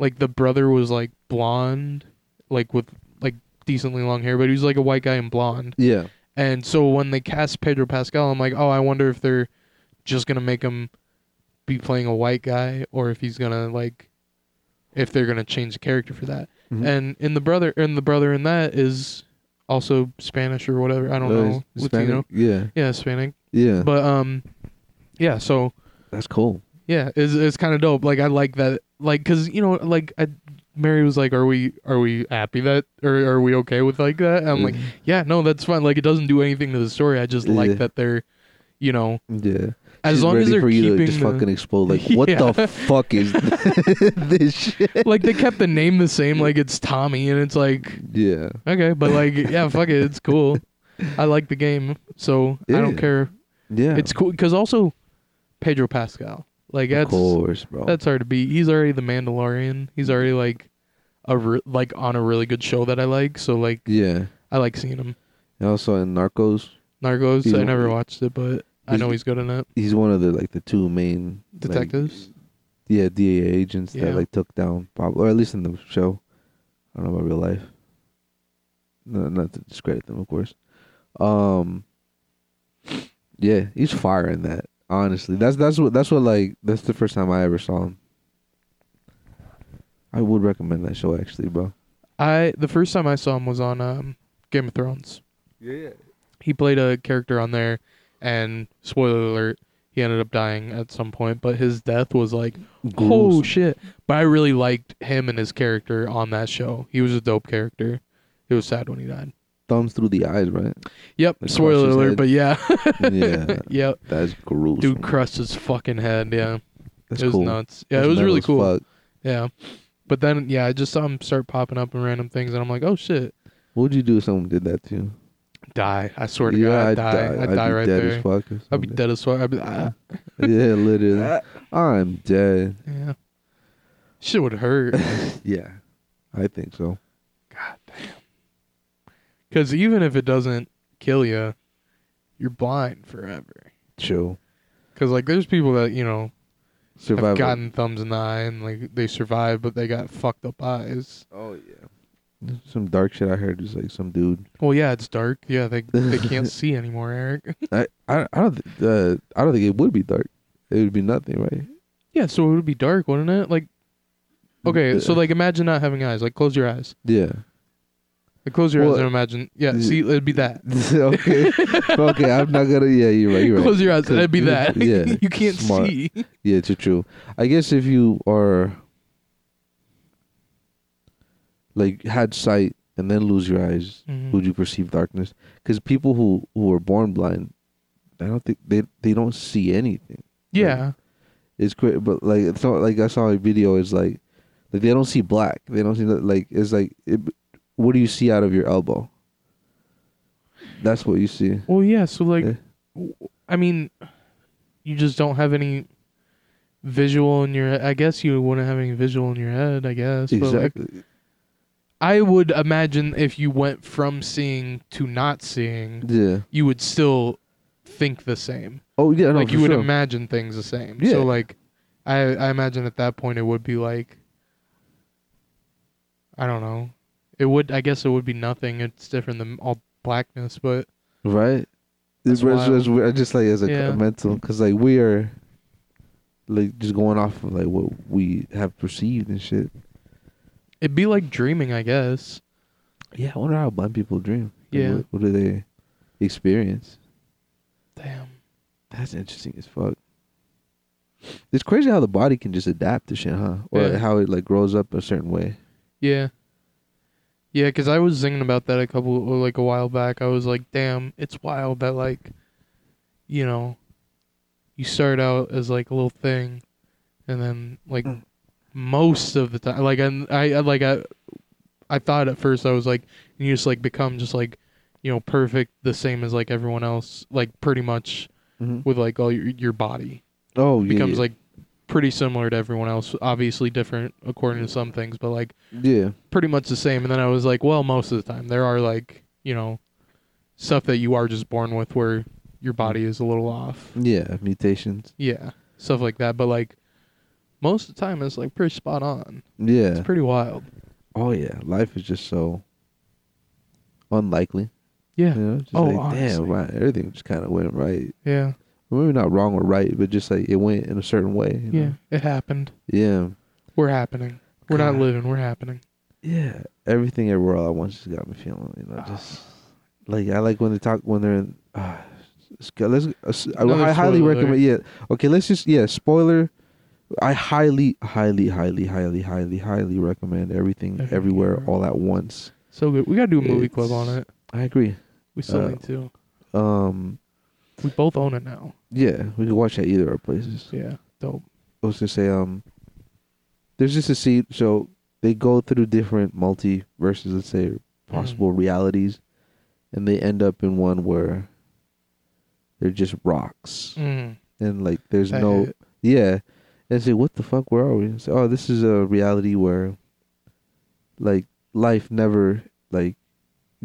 [SPEAKER 1] like the brother was like blonde, like with like decently long hair, but he was like a white guy and blonde.
[SPEAKER 2] yeah,
[SPEAKER 1] And so when they cast Pedro Pascal, I'm like, oh, I wonder if they're just gonna make him be playing a white guy or if he's gonna like if they're gonna change the character for that.
[SPEAKER 2] Mhm.
[SPEAKER 1] And in the brother and the brother in that is also Spanish or whatever. I don't
[SPEAKER 2] Uh,
[SPEAKER 1] know.
[SPEAKER 2] Hispanic?
[SPEAKER 1] Latino.
[SPEAKER 2] Yeah,
[SPEAKER 1] Yeah, Hispanic.
[SPEAKER 2] yeah.
[SPEAKER 1] But um yeah, so
[SPEAKER 2] That's cool.
[SPEAKER 1] yeah, it's it's kind of dope. Like I like that. Like cuz you know like I, Mary was like are we are we happy that or are we okay with like that? And I'm like yeah, no, that's fine. Like it doesn't do anything to the story. I just
[SPEAKER 2] Yeah.
[SPEAKER 1] like that they're you know
[SPEAKER 2] yeah.
[SPEAKER 1] as
[SPEAKER 2] She's
[SPEAKER 1] long as
[SPEAKER 2] ready
[SPEAKER 1] they're
[SPEAKER 2] for you
[SPEAKER 1] keeping
[SPEAKER 2] to just
[SPEAKER 1] the,
[SPEAKER 2] fucking explode. Like, what
[SPEAKER 1] Yeah.
[SPEAKER 2] the fuck is this shit?
[SPEAKER 1] like they kept the name the same like it's Tommy and it's like
[SPEAKER 2] Yeah,
[SPEAKER 1] okay, but like yeah, fuck it, it's cool. I like the game. So I don't
[SPEAKER 2] Yeah.
[SPEAKER 1] care.
[SPEAKER 2] yeah.
[SPEAKER 1] It's cool cuz also Pedro Pascal. Like
[SPEAKER 2] of
[SPEAKER 1] that's
[SPEAKER 2] course, bro.
[SPEAKER 1] That's hard to beat. He's already the Mandalorian. He's already like a re- like on a really good show that I like. So like
[SPEAKER 2] yeah.
[SPEAKER 1] I like seeing him.
[SPEAKER 2] And also in Narcos,
[SPEAKER 1] Narcos.
[SPEAKER 2] He's-
[SPEAKER 1] I never watched it, but I
[SPEAKER 2] he's-
[SPEAKER 1] know he's good in it.
[SPEAKER 2] he's one of the like the two main like,
[SPEAKER 1] Detectives.
[SPEAKER 2] yeah, DA agents
[SPEAKER 1] Yeah.
[SPEAKER 2] that like took down Pablo, or at least in the show. I don't know about real life. No, not to discredit them, of course. Um, yeah, he's fire in that. Honestly, that's that's what that's what like that's the first time I ever saw him. I would recommend that show actually, bro.
[SPEAKER 1] I the first time I saw him was on um, Game of Thrones.
[SPEAKER 2] Yeah,
[SPEAKER 1] He played a character on there, and spoiler alert, he ended up dying at some point. But his death was like, oh shit! But I really liked him and his character on that show. He was a dope character. It was sad when he died.
[SPEAKER 2] thumbs through the eyes, right?
[SPEAKER 1] Yep.
[SPEAKER 2] Like,
[SPEAKER 1] spoiler
[SPEAKER 2] crushed his
[SPEAKER 1] alert,
[SPEAKER 2] head.
[SPEAKER 1] but yeah.
[SPEAKER 2] yeah,
[SPEAKER 1] yep.
[SPEAKER 2] that's gruesome.
[SPEAKER 1] Dude crushed his fucking head. Yeah,
[SPEAKER 2] that's
[SPEAKER 1] it was
[SPEAKER 2] cool.
[SPEAKER 1] nuts. Yeah,
[SPEAKER 2] That's
[SPEAKER 1] it was
[SPEAKER 2] metal
[SPEAKER 1] really
[SPEAKER 2] as
[SPEAKER 1] cool.
[SPEAKER 2] fuck.
[SPEAKER 1] Yeah, but then yeah, I just saw him start popping up in random things, and I'm like, oh shit,
[SPEAKER 2] What would you do if someone did that to you?
[SPEAKER 1] die! I swear to God, I'd die. I'd, die
[SPEAKER 2] be
[SPEAKER 1] right
[SPEAKER 2] dead
[SPEAKER 1] there.
[SPEAKER 2] As fuck or
[SPEAKER 1] I'd be
[SPEAKER 2] something.
[SPEAKER 1] dead as fuck. I'd be, ah,
[SPEAKER 2] yeah, literally. I'm dead.
[SPEAKER 1] yeah, shit would hurt.
[SPEAKER 2] Yeah, I think so.
[SPEAKER 1] God damn. Because even if it doesn't kill you, you're blind forever.
[SPEAKER 2] Chill.
[SPEAKER 1] Because like, there's people that you know
[SPEAKER 2] Survival.
[SPEAKER 1] have gotten thumbs in the eye and like they survived, but they got fucked up eyes.
[SPEAKER 2] oh yeah. Some dark shit I heard was like some dude.
[SPEAKER 1] Well, yeah, it's dark. Yeah, they they can't see anymore, Eric.
[SPEAKER 2] I I, I don't th- uh, I don't think it would be dark. It would be nothing, right?
[SPEAKER 1] Yeah, so it would be dark, wouldn't it? Like, okay, so
[SPEAKER 2] Yeah.
[SPEAKER 1] like imagine not having eyes. Like, close your eyes.
[SPEAKER 2] yeah.
[SPEAKER 1] Like, close your eyes
[SPEAKER 2] Well,
[SPEAKER 1] and imagine. Yeah,
[SPEAKER 2] y-
[SPEAKER 1] see, it'd be that.
[SPEAKER 2] okay. okay. I'm not gonna. Yeah, you're right. You're right.
[SPEAKER 1] Close your eyes. It'd be that.
[SPEAKER 2] Yeah,
[SPEAKER 1] you can't
[SPEAKER 2] smart.
[SPEAKER 1] see.
[SPEAKER 2] Yeah, true, true. I guess if you are like had sight and then lose your eyes,
[SPEAKER 1] Mhm.
[SPEAKER 2] would you perceive darkness? Because people who who are born blind, I don't think they they don't see anything.
[SPEAKER 1] Yeah,
[SPEAKER 2] It's great, but like it's not like I saw a video. It's like like they don't see black. They don't see that. Like it's like it, what do you see out of your elbow? That's what you see.
[SPEAKER 1] Well, yeah. So like,
[SPEAKER 2] Yeah.
[SPEAKER 1] w- I mean, you just don't have any visual in your. I guess you wouldn't have any visual in your head. I guess. But like,
[SPEAKER 2] Exactly.
[SPEAKER 1] I would imagine if you went from seeing to not seeing,
[SPEAKER 2] Yeah.
[SPEAKER 1] you would still think the same.
[SPEAKER 2] Oh yeah. No,
[SPEAKER 1] like you
[SPEAKER 2] for
[SPEAKER 1] would
[SPEAKER 2] sure.
[SPEAKER 1] imagine things the same.
[SPEAKER 2] Yeah.
[SPEAKER 1] So like, I I imagine at that point it would be like, I don't know, it would I guess it would be nothing. It's different than all blackness, but
[SPEAKER 2] Right.
[SPEAKER 1] That's
[SPEAKER 2] It's, it's, it's, I just like as a
[SPEAKER 1] Yeah.
[SPEAKER 2] mental, because like we are, like just going off of like what we have perceived and shit.
[SPEAKER 1] it'd be like dreaming, I guess.
[SPEAKER 2] Yeah, I wonder how blind people dream. Like,
[SPEAKER 1] Yeah.
[SPEAKER 2] What, what do they experience?
[SPEAKER 1] Damn.
[SPEAKER 2] That's interesting as fuck. It's crazy how the body can just adapt to shit, huh? Or
[SPEAKER 1] Yeah.
[SPEAKER 2] like how it like grows up a certain way.
[SPEAKER 1] Yeah. Yeah, because I was thinking about that a couple or like a while back. I was like, damn, it's wild that like, you know, you start out as like a little thing, and then like most of the time, like and I, I like I, I thought at first I was like, you just like become just like, you know, perfect, the same as like everyone else, like pretty much with like all your your body
[SPEAKER 2] Oh, yeah.
[SPEAKER 1] becomes
[SPEAKER 2] yeah.
[SPEAKER 1] like pretty similar to everyone else. Obviously different according to some things, but like
[SPEAKER 2] yeah,
[SPEAKER 1] pretty much the same. And then I was like, well, most of the time there are like you know stuff that you are just born with where your body is a little off.
[SPEAKER 2] yeah, mutations.
[SPEAKER 1] Yeah, stuff like that. But like most of the time, it's like pretty spot on.
[SPEAKER 2] Yeah.
[SPEAKER 1] It's pretty wild.
[SPEAKER 2] oh yeah, life is just so unlikely.
[SPEAKER 1] Yeah,
[SPEAKER 2] You know, just
[SPEAKER 1] Oh,
[SPEAKER 2] like, damn,
[SPEAKER 1] honestly.
[SPEAKER 2] right. Everything just kind of went right
[SPEAKER 1] yeah.
[SPEAKER 2] well, maybe not wrong or right, but just like it went in a certain way. you
[SPEAKER 1] yeah,
[SPEAKER 2] know?
[SPEAKER 1] it happened.
[SPEAKER 2] Yeah.
[SPEAKER 1] We're happening. We're not
[SPEAKER 2] God.
[SPEAKER 1] living. We're happening.
[SPEAKER 2] Yeah. Everything everywhere all at once just got me feeling, you know,
[SPEAKER 1] Ah.
[SPEAKER 2] just like I like when they talk when they're in. Uh, let's. uh, I,
[SPEAKER 1] Another
[SPEAKER 2] I highly
[SPEAKER 1] spoiler
[SPEAKER 2] recommend. Yeah. Okay. Let's just. Yeah. Spoiler. I highly, highly, highly, highly, highly, highly recommend everything
[SPEAKER 1] Everything
[SPEAKER 2] everywhere
[SPEAKER 1] Everywhere.
[SPEAKER 2] all at once.
[SPEAKER 1] So good. We gotta do a movie club
[SPEAKER 2] It's-
[SPEAKER 1] on it.
[SPEAKER 2] I agree.
[SPEAKER 1] We still
[SPEAKER 2] uh,
[SPEAKER 1] need to.
[SPEAKER 2] Um.
[SPEAKER 1] We both own it now.
[SPEAKER 2] Yeah. We can watch at either of our places.
[SPEAKER 1] Yeah. Dope.
[SPEAKER 2] I was gonna say um there's just a scene so they go through different multiverses let's say or possible
[SPEAKER 1] Mm-hmm.
[SPEAKER 2] realities and they end up in one where they're just rocks
[SPEAKER 1] Mm.
[SPEAKER 2] and like there's
[SPEAKER 1] That
[SPEAKER 2] no
[SPEAKER 1] hit.
[SPEAKER 2] yeah and say what the fuck where are we and say oh this is a reality where like life never like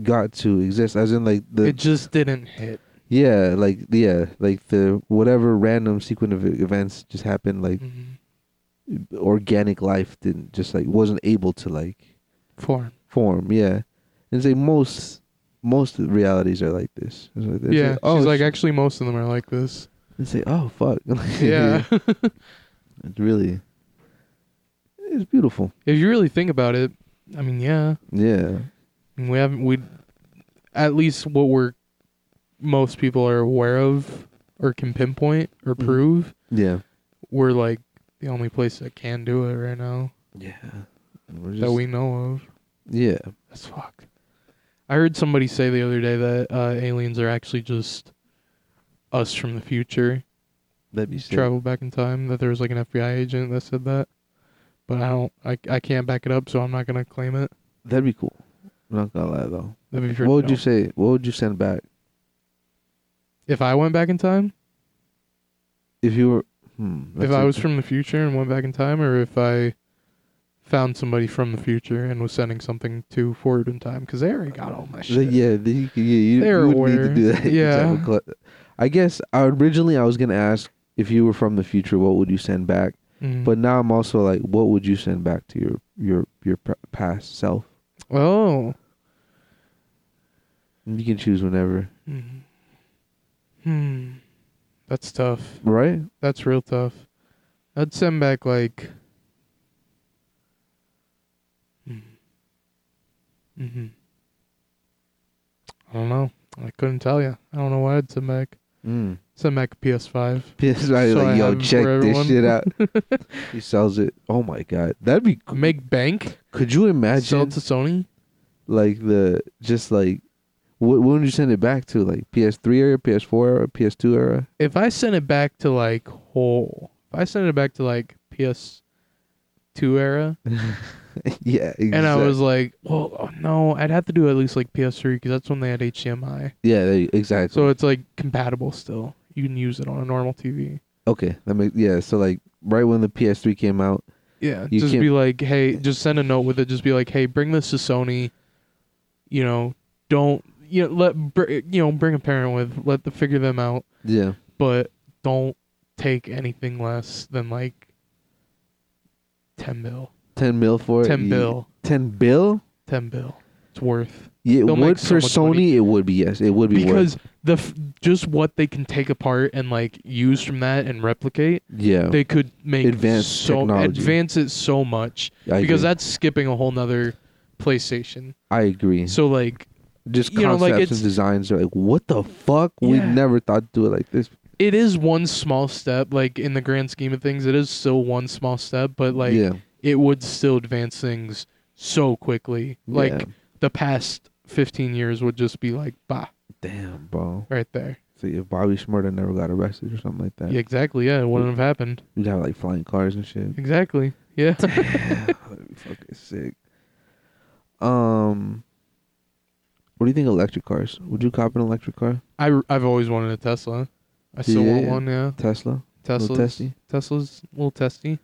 [SPEAKER 2] got to exist as in like the
[SPEAKER 1] it just didn't hit.
[SPEAKER 2] yeah like yeah like the whatever random sequence of events just happened like
[SPEAKER 1] Mhm.
[SPEAKER 2] organic life didn't just like wasn't able to like
[SPEAKER 1] Form.
[SPEAKER 2] form. Yeah, and say most most realities are like this. It's like this.
[SPEAKER 1] yeah.
[SPEAKER 2] oh,
[SPEAKER 1] she's like
[SPEAKER 2] it's-
[SPEAKER 1] actually most of them are like this.
[SPEAKER 2] and say oh fuck.
[SPEAKER 1] Yeah.
[SPEAKER 2] it's really it's beautiful.
[SPEAKER 1] if you really think about it, I mean, yeah.
[SPEAKER 2] Yeah,
[SPEAKER 1] We haven't we at least what we're most people are aware of or can pinpoint or
[SPEAKER 2] Mhm.
[SPEAKER 1] prove,
[SPEAKER 2] yeah,
[SPEAKER 1] we're like the only place that can do it right now
[SPEAKER 2] yeah. We're
[SPEAKER 1] that
[SPEAKER 2] just-
[SPEAKER 1] we know of.
[SPEAKER 2] yeah.
[SPEAKER 1] That's fuck. I heard somebody say the other day that uh, aliens are actually just us from the future.
[SPEAKER 2] That'd be sick.
[SPEAKER 1] Travel back in time. That there was like an FBI agent that said that, but I don't. I, I can't back it up, so I'm not gonna claim it.
[SPEAKER 2] That'd be cool. I'm not gonna lie though.
[SPEAKER 1] That'd be
[SPEAKER 2] What
[SPEAKER 1] pretty
[SPEAKER 2] would you
[SPEAKER 1] dope.
[SPEAKER 2] say? What would you send back
[SPEAKER 1] If I went back in time,
[SPEAKER 2] if you were? Hmm,
[SPEAKER 1] if
[SPEAKER 2] that's
[SPEAKER 1] I
[SPEAKER 2] a-
[SPEAKER 1] was from the future and went back in time, or if I found somebody from the future and was sending something to forward in time, because they already got all my
[SPEAKER 2] Like,
[SPEAKER 1] shit.
[SPEAKER 2] yeah, the, you- yeah, you,
[SPEAKER 1] They're
[SPEAKER 2] you would need
[SPEAKER 1] aware.
[SPEAKER 2] to do that. type
[SPEAKER 1] Yeah.
[SPEAKER 2] of cla- I guess I, originally I was gonna ask if you were from the future, what would you send back?
[SPEAKER 1] Mm.
[SPEAKER 2] But now I'm also like, what would you send back to your your your pr- past self?
[SPEAKER 1] oh,
[SPEAKER 2] You can choose whenever,
[SPEAKER 1] Mm. hmm, that's tough.
[SPEAKER 2] right?
[SPEAKER 1] That's real tough. I'd send back like. Mm-hmm. I don't know. I couldn't tell you. I don't know why I'd send back.
[SPEAKER 2] Mm.
[SPEAKER 1] Send back a PS5.
[SPEAKER 2] It's like,
[SPEAKER 1] So I
[SPEAKER 2] yo,
[SPEAKER 1] have it
[SPEAKER 2] check
[SPEAKER 1] for
[SPEAKER 2] this
[SPEAKER 1] everyone.
[SPEAKER 2] shit out. he sells it. Oh my god, that'd be. c-
[SPEAKER 1] Make bank.
[SPEAKER 2] Could you
[SPEAKER 1] Sell
[SPEAKER 2] imagine
[SPEAKER 1] to Sony.
[SPEAKER 2] like the just like. What, when would you send it back to? Like PS3 era, PS4 era, PS2 era?
[SPEAKER 1] If I send it back to like whole, if I send it back to like PS2 era,
[SPEAKER 2] yeah, exactly.
[SPEAKER 1] and I was like, well, oh, no, I'd have to do at least like PS3 because that's when they had HDMI.
[SPEAKER 2] yeah, there you- exactly.
[SPEAKER 1] So it's like compatible still. You can use it on a normal TV.
[SPEAKER 2] Okay, that makes yeah. So like right when the PS3 came out,
[SPEAKER 1] Yeah,
[SPEAKER 2] You
[SPEAKER 1] just
[SPEAKER 2] can't-
[SPEAKER 1] be like, hey, just send a note with it. Just be like, hey, bring this to Sony. You know, don't you know, let br- you know bring a parent with. Let the figure them out,
[SPEAKER 2] yeah,
[SPEAKER 1] but don't take anything less than like ten bill,
[SPEAKER 2] ten mil for it.
[SPEAKER 1] ten
[SPEAKER 2] ye-
[SPEAKER 1] bill,
[SPEAKER 2] ten bill.
[SPEAKER 1] ten bill. It's worth
[SPEAKER 2] Yeah, it
[SPEAKER 1] They'll make
[SPEAKER 2] would
[SPEAKER 1] so
[SPEAKER 2] for
[SPEAKER 1] much
[SPEAKER 2] Sony.
[SPEAKER 1] money.
[SPEAKER 2] It would be yes. It would be worth.
[SPEAKER 1] because the f- just what they can take apart and like use from that and replicate,
[SPEAKER 2] Yeah,
[SPEAKER 1] they could make
[SPEAKER 2] Oh. Advanced
[SPEAKER 1] so
[SPEAKER 2] technology.
[SPEAKER 1] advance it so much
[SPEAKER 2] I
[SPEAKER 1] because
[SPEAKER 2] agree.
[SPEAKER 1] that's skipping a whole nother PlayStation.
[SPEAKER 2] I agree.
[SPEAKER 1] So like
[SPEAKER 2] Just
[SPEAKER 1] you know,
[SPEAKER 2] concepts
[SPEAKER 1] like,
[SPEAKER 2] and
[SPEAKER 1] it's-
[SPEAKER 2] designs are like, what the fuck? We
[SPEAKER 1] Yeah.
[SPEAKER 2] never thought to do it like this.
[SPEAKER 1] it is one small step like in the grand scheme of things it is still one small step but like
[SPEAKER 2] yeah,
[SPEAKER 1] it would still advance things so quickly like
[SPEAKER 2] yeah.
[SPEAKER 1] the past 15 years would just be like bah
[SPEAKER 2] damn, bro.
[SPEAKER 1] right there
[SPEAKER 2] See, if Bobby Shmurda never got arrested or something like that,
[SPEAKER 1] yeah, exactly yeah it wouldn't have happened
[SPEAKER 2] we'd have like flying cars and shit.
[SPEAKER 1] exactly yeah
[SPEAKER 2] That'd be fucking sick. Um, what do you think of electric cars? Would you cop an electric car?
[SPEAKER 1] I, i've always wanted a tesla i still want
[SPEAKER 2] Yeah.
[SPEAKER 1] one yeah
[SPEAKER 2] Tesla.
[SPEAKER 1] tesla's
[SPEAKER 2] Little testy.
[SPEAKER 1] tesla's a little testy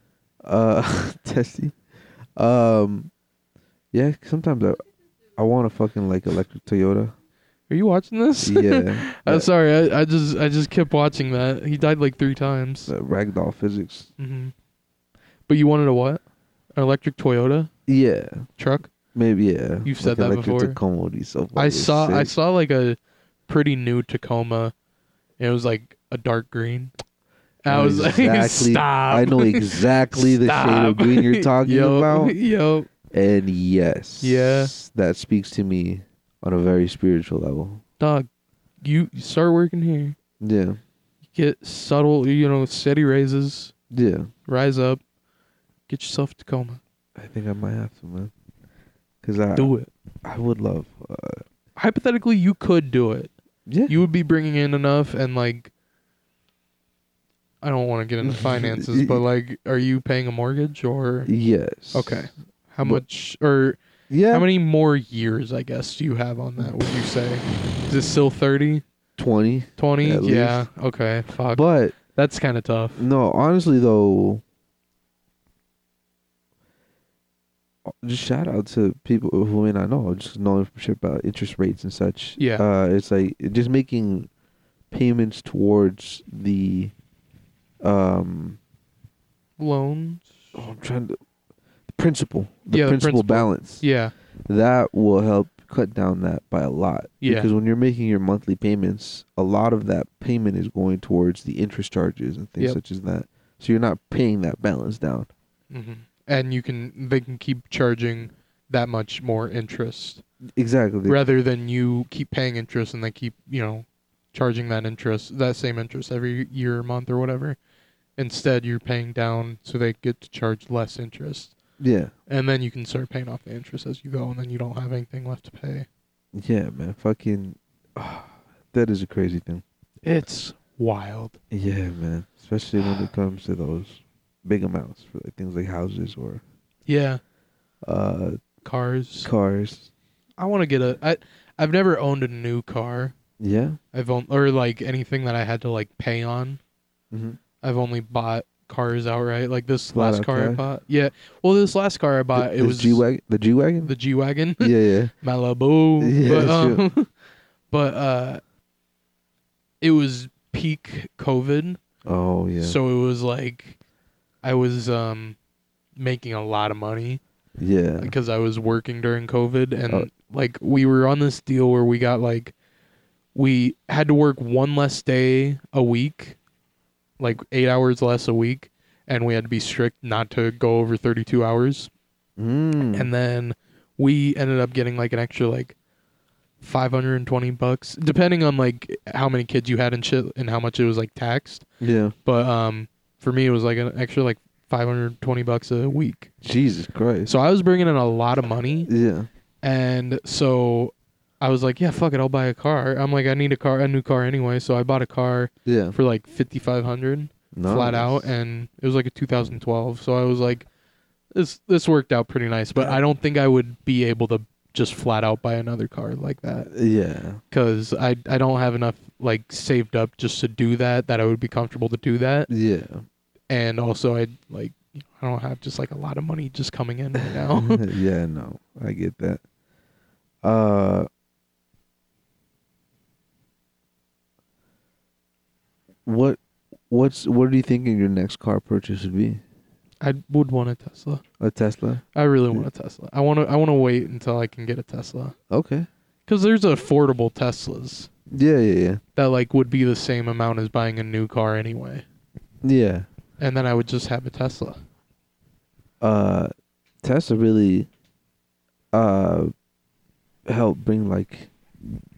[SPEAKER 2] Uh, testy. Um, yeah. Sometimes I, I want a fucking like electric Toyota.
[SPEAKER 1] are you watching this
[SPEAKER 2] Yeah.
[SPEAKER 1] i'm
[SPEAKER 2] that,
[SPEAKER 1] Uh, sorry I, I just i just kept watching that he died like three times
[SPEAKER 2] that ragdoll physics.
[SPEAKER 1] hmm But you wanted a what? An electric Toyota
[SPEAKER 2] Yeah.
[SPEAKER 1] truck?
[SPEAKER 2] Maybe yeah.
[SPEAKER 1] You've said that
[SPEAKER 2] electric
[SPEAKER 1] before.
[SPEAKER 2] Tacoma would be so
[SPEAKER 1] I
[SPEAKER 2] fucking
[SPEAKER 1] saw I
[SPEAKER 2] sick.
[SPEAKER 1] saw like a pretty new Tacoma. And it was like a a dark green.
[SPEAKER 2] I
[SPEAKER 1] I
[SPEAKER 2] know
[SPEAKER 1] was like,
[SPEAKER 2] exactly-
[SPEAKER 1] stop.
[SPEAKER 2] I know exactly the shade of
[SPEAKER 1] Stop.
[SPEAKER 2] green you're talking
[SPEAKER 1] Yo,
[SPEAKER 2] about.
[SPEAKER 1] Yo,
[SPEAKER 2] And yes.
[SPEAKER 1] Yeah.
[SPEAKER 2] That speaks to me on a very spiritual level.
[SPEAKER 1] dog, you you start working here.
[SPEAKER 2] Yeah.
[SPEAKER 1] Get subtle, you know, steady raises.
[SPEAKER 2] Yeah.
[SPEAKER 1] Rise up. Get yourself to Tacoma.
[SPEAKER 2] I think I might have to, man. Cause I
[SPEAKER 1] Do it.
[SPEAKER 2] I would love uh,
[SPEAKER 1] Hypothetically, you could do it.
[SPEAKER 2] yeah.
[SPEAKER 1] You would be bringing in enough, and like, I don't want to get into finances, but like, are you paying a mortgage or
[SPEAKER 2] yes.
[SPEAKER 1] okay? How
[SPEAKER 2] But-
[SPEAKER 1] much or
[SPEAKER 2] Yeah.
[SPEAKER 1] how many more years, I guess, do you have on that? Would you say is it still 30,
[SPEAKER 2] Twenty.
[SPEAKER 1] 20?
[SPEAKER 2] At
[SPEAKER 1] yeah. Okay. Fuck.
[SPEAKER 2] But
[SPEAKER 1] That's kind of tough.
[SPEAKER 2] no, honestly though, just shout out to people who may not know, just knowing shit about interest rates and such.
[SPEAKER 1] Yeah.
[SPEAKER 2] uh, it's like just making payments towards the, um,
[SPEAKER 1] Loans.
[SPEAKER 2] oh, I'm trying to the principal, the
[SPEAKER 1] Yeah, the
[SPEAKER 2] principal
[SPEAKER 1] principal.
[SPEAKER 2] balance.
[SPEAKER 1] Yeah.
[SPEAKER 2] That will help cut down that by a lot.
[SPEAKER 1] Yeah.
[SPEAKER 2] Because when you're making your monthly payments, a lot of that payment is going towards the interest charges and things
[SPEAKER 1] Yep.
[SPEAKER 2] such as that. So you're not paying that balance down.
[SPEAKER 1] hmm And you can they can keep charging that much more interest
[SPEAKER 2] Exactly.
[SPEAKER 1] rather than you keep paying interest and they keep you know charging that interest that same interest every year or month or whatever. Instead, you're paying down so they get to charge less interest,
[SPEAKER 2] Yeah.
[SPEAKER 1] and then you can start paying off the interest as you go, and then you don't have anything left to pay.
[SPEAKER 2] Yeah, man. Fucking. that is a crazy thing.
[SPEAKER 1] It's wild.
[SPEAKER 2] Yeah, man. Especially when it comes to those big amounts for like, things like houses or
[SPEAKER 1] Yeah,
[SPEAKER 2] uh
[SPEAKER 1] cars.
[SPEAKER 2] cars.
[SPEAKER 1] I want to get a. I I've never owned a new car.
[SPEAKER 2] Yeah.
[SPEAKER 1] I've owned or like anything that I had to like pay on.
[SPEAKER 2] Mm-hmm.
[SPEAKER 1] I've only bought cars outright. Like this
[SPEAKER 2] Flat
[SPEAKER 1] last
[SPEAKER 2] out
[SPEAKER 1] car I
[SPEAKER 2] cash?
[SPEAKER 1] bought. Yeah. Well, this last car I bought, Uh, it was
[SPEAKER 2] G wagon. The G wagon.
[SPEAKER 1] the G wagon,
[SPEAKER 2] Yeah, yeah.
[SPEAKER 1] Malibu.
[SPEAKER 2] Yeah,
[SPEAKER 1] but,
[SPEAKER 2] sure.
[SPEAKER 1] um, but uh, it was peak COVID,
[SPEAKER 2] Oh yeah.
[SPEAKER 1] so it was like I was um making a lot of money
[SPEAKER 2] yeah.
[SPEAKER 1] because I was working during COVID and
[SPEAKER 2] Oh.
[SPEAKER 1] like we were on this deal where we got like we had to work one less day a week, like 8 hours less a week and we had to be strict not to go over 32 hours
[SPEAKER 2] Mm.
[SPEAKER 1] and then we ended up getting like an extra like 520 bucks depending on like how many kids you had and shit and how much it was like taxed
[SPEAKER 2] yeah.
[SPEAKER 1] but um for me it was like an extra like 520 bucks a week
[SPEAKER 2] Jesus Christ.
[SPEAKER 1] so i was bringing in a lot of money
[SPEAKER 2] yeah.
[SPEAKER 1] and so I was like, yeah, fuck it, I'll buy a car. I'm like, I need a car, a new car anyway. So I bought a car
[SPEAKER 2] Yeah.
[SPEAKER 1] for like 5500 flat out and it was like a 2012. So I was like this this worked out pretty nice, but I don't think I would be able to just flat out buy another car like that
[SPEAKER 2] Yeah.
[SPEAKER 1] cuz I I don't have enough like saved up just to do that that I would be comfortable to do that.
[SPEAKER 2] Yeah.
[SPEAKER 1] And also I like I don't have just like a lot of money just coming in right now.
[SPEAKER 2] yeah, no. I get that. Uh What what's what are you thinking your next car purchase would be?
[SPEAKER 1] I would want a Tesla.
[SPEAKER 2] A Tesla?
[SPEAKER 1] I really want a Tesla. I want to. I want to wait until I can get a Tesla
[SPEAKER 2] Okay.
[SPEAKER 1] because there's affordable Teslas
[SPEAKER 2] Yeah, yeah, yeah.
[SPEAKER 1] that like would be the same amount as buying a new car anyway,
[SPEAKER 2] Yeah.
[SPEAKER 1] and then I would just have a Tesla.
[SPEAKER 2] Uh Tesla really uh helped bring like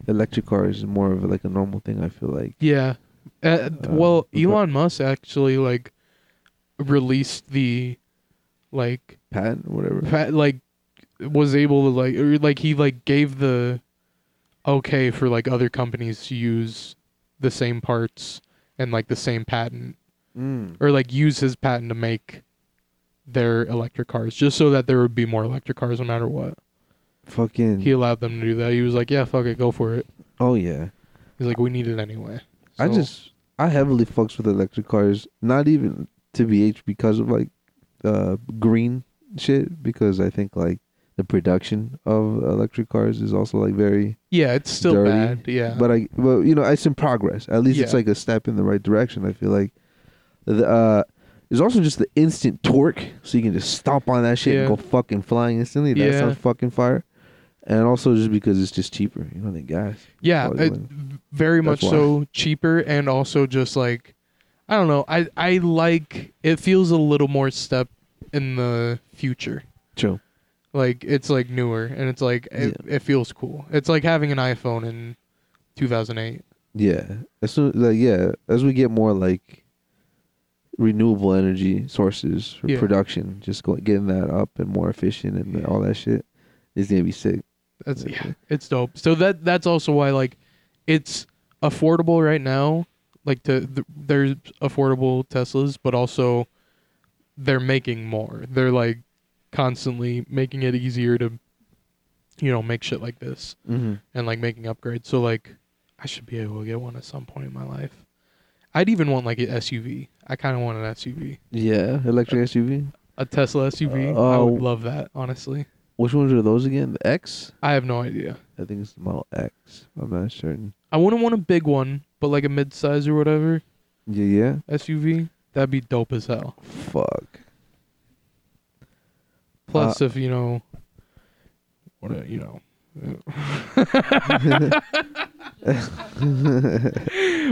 [SPEAKER 2] electric cars more of like a normal thing I feel like.
[SPEAKER 1] Yeah. Uh,
[SPEAKER 2] Uh,
[SPEAKER 1] well,
[SPEAKER 2] okay.
[SPEAKER 1] Elon Musk actually like released the like
[SPEAKER 2] Patent or whatever.
[SPEAKER 1] fa- like was able to like or, like he like gave the okay for like other companies to use the same parts and like the same patent
[SPEAKER 2] Mm.
[SPEAKER 1] or like use his patent to make their electric cars just so that there would be more electric cars no matter what.
[SPEAKER 2] Fucking
[SPEAKER 1] He allowed them to do that. He was like, "Yeah, fuck it, go for it."
[SPEAKER 2] Oh yeah.
[SPEAKER 1] He's like, "We need it anyway."
[SPEAKER 2] I
[SPEAKER 1] So-
[SPEAKER 2] just I heavily fucks with electric cars. Not even to BH because of like uh green shit because I think like the production of electric cars is also like very
[SPEAKER 1] yeah, it's still
[SPEAKER 2] dirty,
[SPEAKER 1] bad. Yeah,
[SPEAKER 2] but I well you know it's in progress. At least it's
[SPEAKER 1] Yeah.
[SPEAKER 2] like a step in the right direction. I feel like the uh there's also just the instant torque so you can just stomp on that shit
[SPEAKER 1] Yeah.
[SPEAKER 2] and go fucking flying instantly. That
[SPEAKER 1] Yeah.
[SPEAKER 2] sounds fucking fire. and also just because it's just cheaper, you know, than gas.
[SPEAKER 1] Yeah,
[SPEAKER 2] Probably
[SPEAKER 1] it, very
[SPEAKER 2] That's
[SPEAKER 1] much so cheaper and also just like I don't know. I I like it feels a little more step in the future.
[SPEAKER 2] True.
[SPEAKER 1] Like it's like newer and it's like it, it feels cool. It's like having an iPhone in 2008.
[SPEAKER 2] Yeah, as soon like yeah, as we get more like renewable energy sources for
[SPEAKER 1] Yeah.
[SPEAKER 2] production, just going getting that up and more efficient and all that shit is gonna be sick.
[SPEAKER 1] That's
[SPEAKER 2] Yeah.
[SPEAKER 1] yeah, it's dope. So that that's also why like it's affordable right now. Like to th- there's affordable Teslas, but also they're making more. They're like constantly making it easier to you know make shit like this
[SPEAKER 2] Mm-hmm.
[SPEAKER 1] and like making upgrades. So like I should be able to get one at some point in my life. I'd even want like an SUV. I kind of want an SUV,
[SPEAKER 2] Yeah, electric SUV.
[SPEAKER 1] a Tesla SUV. I would
[SPEAKER 2] Oh.
[SPEAKER 1] love that honestly.
[SPEAKER 2] Which ones are those again? The X?
[SPEAKER 1] I have no idea.
[SPEAKER 2] I think it's the Model X. I'm not certain.
[SPEAKER 1] I wouldn't want a big one, but like a midsize or whatever
[SPEAKER 2] Yeah, yeah.
[SPEAKER 1] SUV, that'd be dope as hell.
[SPEAKER 2] Fuck.
[SPEAKER 1] Plus, if you know, what a- you know,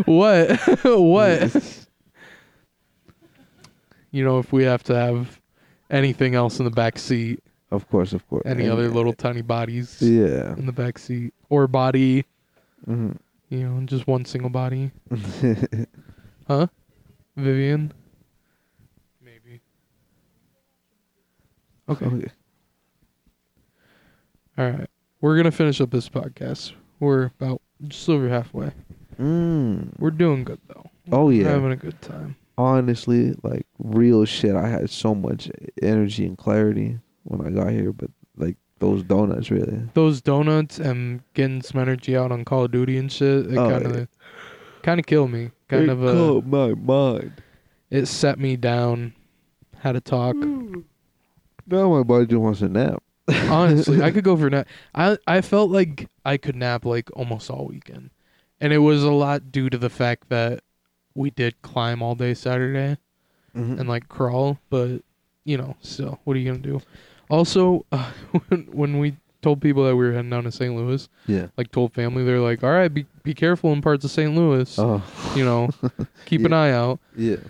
[SPEAKER 1] what, what, you know, if we have to have anything else in the back seat,
[SPEAKER 2] Of course, of course.
[SPEAKER 1] any
[SPEAKER 2] And-
[SPEAKER 1] other little tiny bodies
[SPEAKER 2] Yeah.
[SPEAKER 1] in the back seat or body,
[SPEAKER 2] Mhm.
[SPEAKER 1] you know, just one single body, huh? Vivian, maybe. Okay.
[SPEAKER 2] Okay.
[SPEAKER 1] All right. We're going to finish up this podcast. We're about just over halfway.
[SPEAKER 2] Mm.
[SPEAKER 1] We're doing good, though.
[SPEAKER 2] Oh
[SPEAKER 1] We're
[SPEAKER 2] yeah.
[SPEAKER 1] having a good time.
[SPEAKER 2] honestly, like real shit, I had so much energy and clarity when I got here, but like those donuts really.
[SPEAKER 1] Those donuts and getting some energy out on Call of Duty and shit, it
[SPEAKER 2] Oh,
[SPEAKER 1] kind of
[SPEAKER 2] yeah.
[SPEAKER 1] kind of killed me. Kind of uh,
[SPEAKER 2] caught my mind.
[SPEAKER 1] it set me down. Had to talk.
[SPEAKER 2] Now my body just wants a nap.
[SPEAKER 1] Honestly, I could go for a nap. I I felt like I could nap like almost all weekend. And it was a lot due to the fact that we did climb all day Saturday.
[SPEAKER 2] Mm-hmm.
[SPEAKER 1] and like crawl, but you know, still, what are you gonna do? Also, uh, when, when we told people that we were heading down to St. Louis,
[SPEAKER 2] yeah.
[SPEAKER 1] like told family, they're like, "All right, be be careful in parts of St. Louis.
[SPEAKER 2] Oh
[SPEAKER 1] You know, keep an eye out."
[SPEAKER 2] yeah,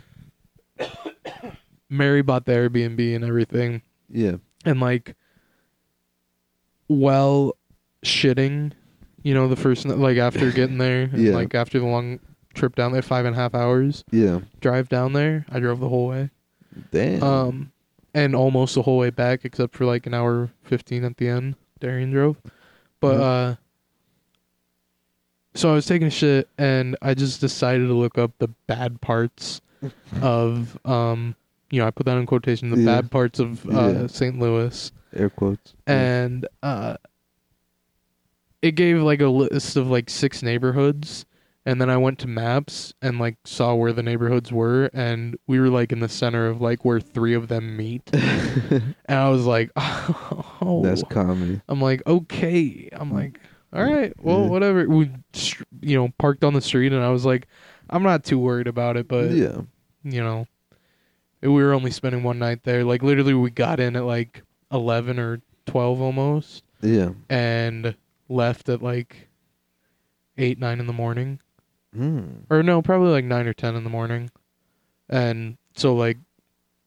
[SPEAKER 1] Mary bought the Airbnb and everything,
[SPEAKER 2] yeah.
[SPEAKER 1] and like, well, shitting, you know, the first n- like after getting there, and,
[SPEAKER 2] Yeah.
[SPEAKER 1] like after the long trip down there, five and a half hours
[SPEAKER 2] Yeah.
[SPEAKER 1] drive down there. I drove the whole way.
[SPEAKER 2] Damn.
[SPEAKER 1] Um, and almost the whole way back, except for like an hour fifteen at the end. Darian drove, but
[SPEAKER 2] Mhm.
[SPEAKER 1] uh, so I was taking a shit, and I just decided to look up the bad parts of um, you know, I put that in quotation, the
[SPEAKER 2] Yeah.
[SPEAKER 1] bad parts of uh,
[SPEAKER 2] Yeah.
[SPEAKER 1] St. Louis,
[SPEAKER 2] Air quotes.
[SPEAKER 1] and uh, it gave like a list of like six neighborhoods. And then I went to maps and like saw where the neighborhoods were, and we were like in the center of like where three of them meet. And I was like, oh,
[SPEAKER 2] That's comedy.
[SPEAKER 1] I'm like, okay. I'm like, all right, well,
[SPEAKER 2] Yeah.
[SPEAKER 1] whatever. We, str- you know, parked on the street, and I was like, I'm not too worried about it, but
[SPEAKER 2] yeah.
[SPEAKER 1] you know, we were only spending one night there. Like literally, we got in at like eleven or twelve almost,
[SPEAKER 2] Yeah.
[SPEAKER 1] and left at like eight, nine in the morning,
[SPEAKER 2] Mm.
[SPEAKER 1] or no, probably like nine or ten in the morning, and so like.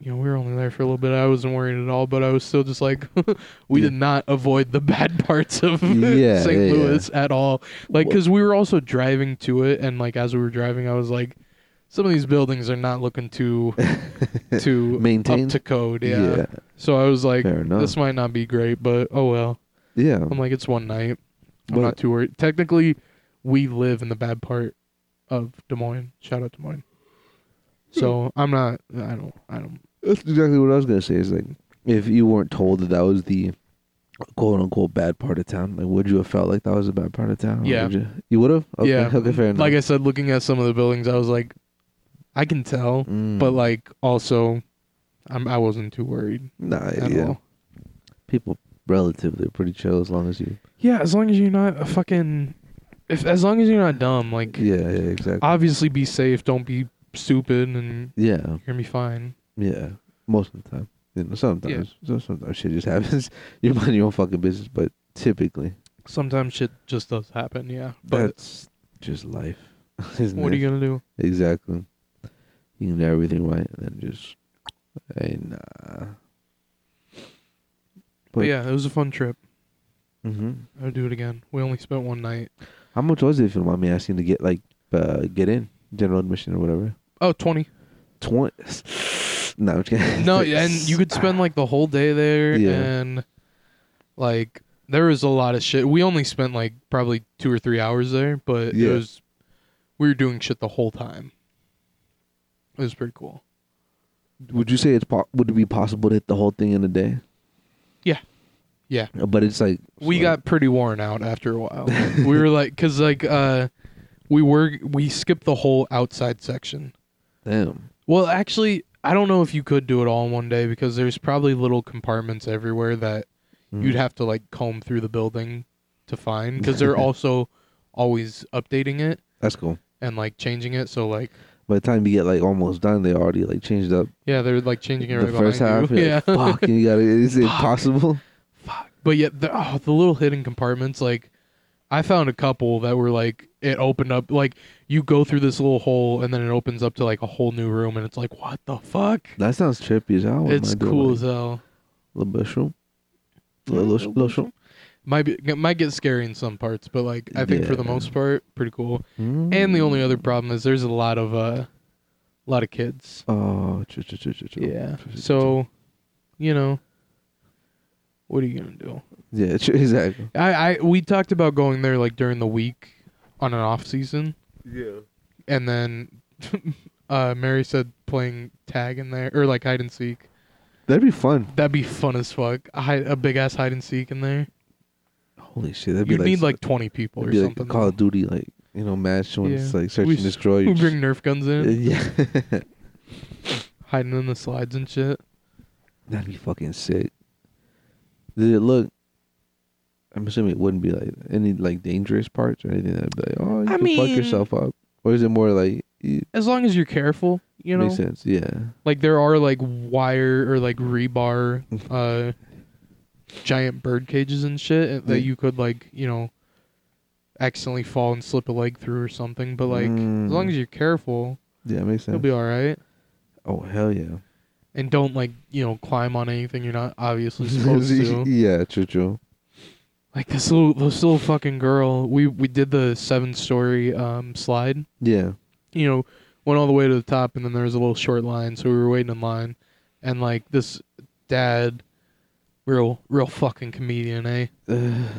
[SPEAKER 1] You know, we were only there for a little bit. I wasn't worried at all, but I was still just like, we
[SPEAKER 2] Yeah.
[SPEAKER 1] did not avoid the bad parts of
[SPEAKER 2] Yeah,
[SPEAKER 1] St.
[SPEAKER 2] yeah, yeah.
[SPEAKER 1] Louis at all. Like,
[SPEAKER 2] Wha-
[SPEAKER 1] because we were also driving to it, and like as we were driving, I was like, some of these buildings are not looking too to
[SPEAKER 2] Maintain.
[SPEAKER 1] up to code. Yeah. So I was like,
[SPEAKER 2] Fair enough.
[SPEAKER 1] this might not be great, but oh well.
[SPEAKER 2] yeah.
[SPEAKER 1] I'm like, it's one night. I'm
[SPEAKER 2] But-
[SPEAKER 1] not too worried. Technically, we live in the bad part of Des Moines. Shout out Des Moines.
[SPEAKER 2] Hmm.
[SPEAKER 1] So I'm not. I don't. I don't.
[SPEAKER 2] That's exactly what I was gonna say. Is like if you weren't told that that was the quote unquote bad part of town, like would you have felt like that was the bad part of town?
[SPEAKER 1] Yeah.
[SPEAKER 2] Would you, you would have. Okay,
[SPEAKER 1] yeah.
[SPEAKER 2] Okay. Fair enough.
[SPEAKER 1] Like I said, looking at some of the buildings, I was like, I can tell.
[SPEAKER 2] Mm.
[SPEAKER 1] but like also I'm, i wasn't too worried
[SPEAKER 2] nah,
[SPEAKER 1] at
[SPEAKER 2] yeah.
[SPEAKER 1] all
[SPEAKER 2] People relatively are pretty chill as long as you.
[SPEAKER 1] yeah as long as you're not a fucking if as long as you're not dumb like
[SPEAKER 2] Yeah. Yeah. Exactly.
[SPEAKER 1] obviously be safe don't be stupid and
[SPEAKER 2] yeah.
[SPEAKER 1] you're gonna be fine
[SPEAKER 2] Yeah. Most of the time. You know, sometimes. So sometimes shit just happens. you mind your own fucking business, but Typically,
[SPEAKER 1] Sometimes shit just does happen, yeah. But
[SPEAKER 2] that's just life. Isn't
[SPEAKER 1] what
[SPEAKER 2] it?
[SPEAKER 1] are you gonna do?
[SPEAKER 2] Exactly. You can do everything right and then just, hey, nah.
[SPEAKER 1] But yeah, it was a fun trip.
[SPEAKER 2] hmm
[SPEAKER 1] I would do it again. We only spent one night.
[SPEAKER 2] How much was it if you don't mind me asking to get like uh, get in general admission or whatever?
[SPEAKER 1] Oh, 20.
[SPEAKER 2] Twenty. no, I'm just kidding.
[SPEAKER 1] No, yeah, and you could spend like the whole day there
[SPEAKER 2] Yeah.
[SPEAKER 1] and like there was a lot of shit. We only spent like probably 2 or 3 hours there, but
[SPEAKER 2] Yeah.
[SPEAKER 1] it was we were doing shit the whole time. It was pretty cool.
[SPEAKER 2] Would you say it's po- would it be possible to hit the whole thing in a day? Uh,
[SPEAKER 1] Yeah. Yeah.
[SPEAKER 2] But it's like
[SPEAKER 1] we got pretty worn out after a while. we were like, cause like, uh, we were we skipped the whole outside section.
[SPEAKER 2] damn.
[SPEAKER 1] Well, actually, I don't know if you could do it all in one day because there's probably little compartments everywhere that
[SPEAKER 2] Mm-hmm.
[SPEAKER 1] you'd
[SPEAKER 2] Mm.
[SPEAKER 1] have to like comb through the building to find because they're also always updating it
[SPEAKER 2] That's cool.
[SPEAKER 1] and like changing it. So like,
[SPEAKER 2] By the time you get like almost done, they already like changed up
[SPEAKER 1] yeah, they're like changing it
[SPEAKER 2] the
[SPEAKER 1] right
[SPEAKER 2] first half.
[SPEAKER 1] behind you.
[SPEAKER 2] you're
[SPEAKER 1] Yeah.
[SPEAKER 2] like, fuck, and you gotta. Is it
[SPEAKER 1] Fuck.
[SPEAKER 2] possible?
[SPEAKER 1] Fuck. But yet, the, oh, the little hidden compartments, like, I found a couple that were like, it opened up, like, you go through this little hole and then it opens up to like a whole new room, and it's like, what the fuck?
[SPEAKER 2] That sounds trippy as hell.
[SPEAKER 1] it's cool as hell.
[SPEAKER 2] little mushroom,
[SPEAKER 1] Hmm?
[SPEAKER 2] little little mushroom.
[SPEAKER 1] Might be, it might get scary in some parts, but like, I think for the
[SPEAKER 2] Yeah.
[SPEAKER 1] most part, pretty cool. Hmm. And the
[SPEAKER 2] Mm.
[SPEAKER 1] only other problem is there's a lot of, uh, a lot of kids.
[SPEAKER 2] Oh, true, true, true, true,
[SPEAKER 1] Yeah.
[SPEAKER 2] true. True, true, true, true.
[SPEAKER 1] So, you know, what are you gonna do?
[SPEAKER 2] yeah, true, exactly.
[SPEAKER 1] I, I we talked about going there like during the week on an off season.
[SPEAKER 2] Yeah.
[SPEAKER 1] and then uh, Mary said playing tag in there or like hide and seek.
[SPEAKER 2] That'd be fun.
[SPEAKER 1] That'd be fun as fuck. A, hi- a big ass hide and seek in there.
[SPEAKER 2] Holy shit, that'd
[SPEAKER 1] You'd
[SPEAKER 2] be like
[SPEAKER 1] need like twenty people
[SPEAKER 2] it'd
[SPEAKER 1] or
[SPEAKER 2] be like
[SPEAKER 1] something.
[SPEAKER 2] Call of Duty, like you know, match when it's
[SPEAKER 1] Yeah.
[SPEAKER 2] like search
[SPEAKER 1] We
[SPEAKER 2] and
[SPEAKER 1] s-
[SPEAKER 2] destroy.
[SPEAKER 1] We
[SPEAKER 2] you
[SPEAKER 1] bring Nerf guns in,
[SPEAKER 2] just- yeah,
[SPEAKER 1] hiding in the slides and shit.
[SPEAKER 2] that'd be fucking sick. Did it look? I'm assuming it wouldn't be like any like dangerous parts or anything. That'd be like, oh, you
[SPEAKER 1] I
[SPEAKER 2] could fuck
[SPEAKER 1] mean-
[SPEAKER 2] yourself up, or is it more like it
[SPEAKER 1] As long as you're careful, you know.
[SPEAKER 2] makes sense? Yeah,
[SPEAKER 1] Like there are like wire or like rebar, uh, giant bird cages and shit that
[SPEAKER 2] Yeah.
[SPEAKER 1] you could like you know, accidentally fall and slip a leg through or something. But like as long
[SPEAKER 2] Mm.
[SPEAKER 1] as you're careful,
[SPEAKER 2] yeah, it makes
[SPEAKER 1] you'll
[SPEAKER 2] sense.
[SPEAKER 1] be all right.
[SPEAKER 2] oh hell yeah!
[SPEAKER 1] and don't like you know climb on anything you're not obviously supposed to.
[SPEAKER 2] yeah, true, true.
[SPEAKER 1] Like this little this little fucking girl. We we did the seven story um slide.
[SPEAKER 2] Yeah,
[SPEAKER 1] You know, went all the way to the top, and then there was a little short line, so we were waiting in line, and like this dad, real real fucking comedian, eh?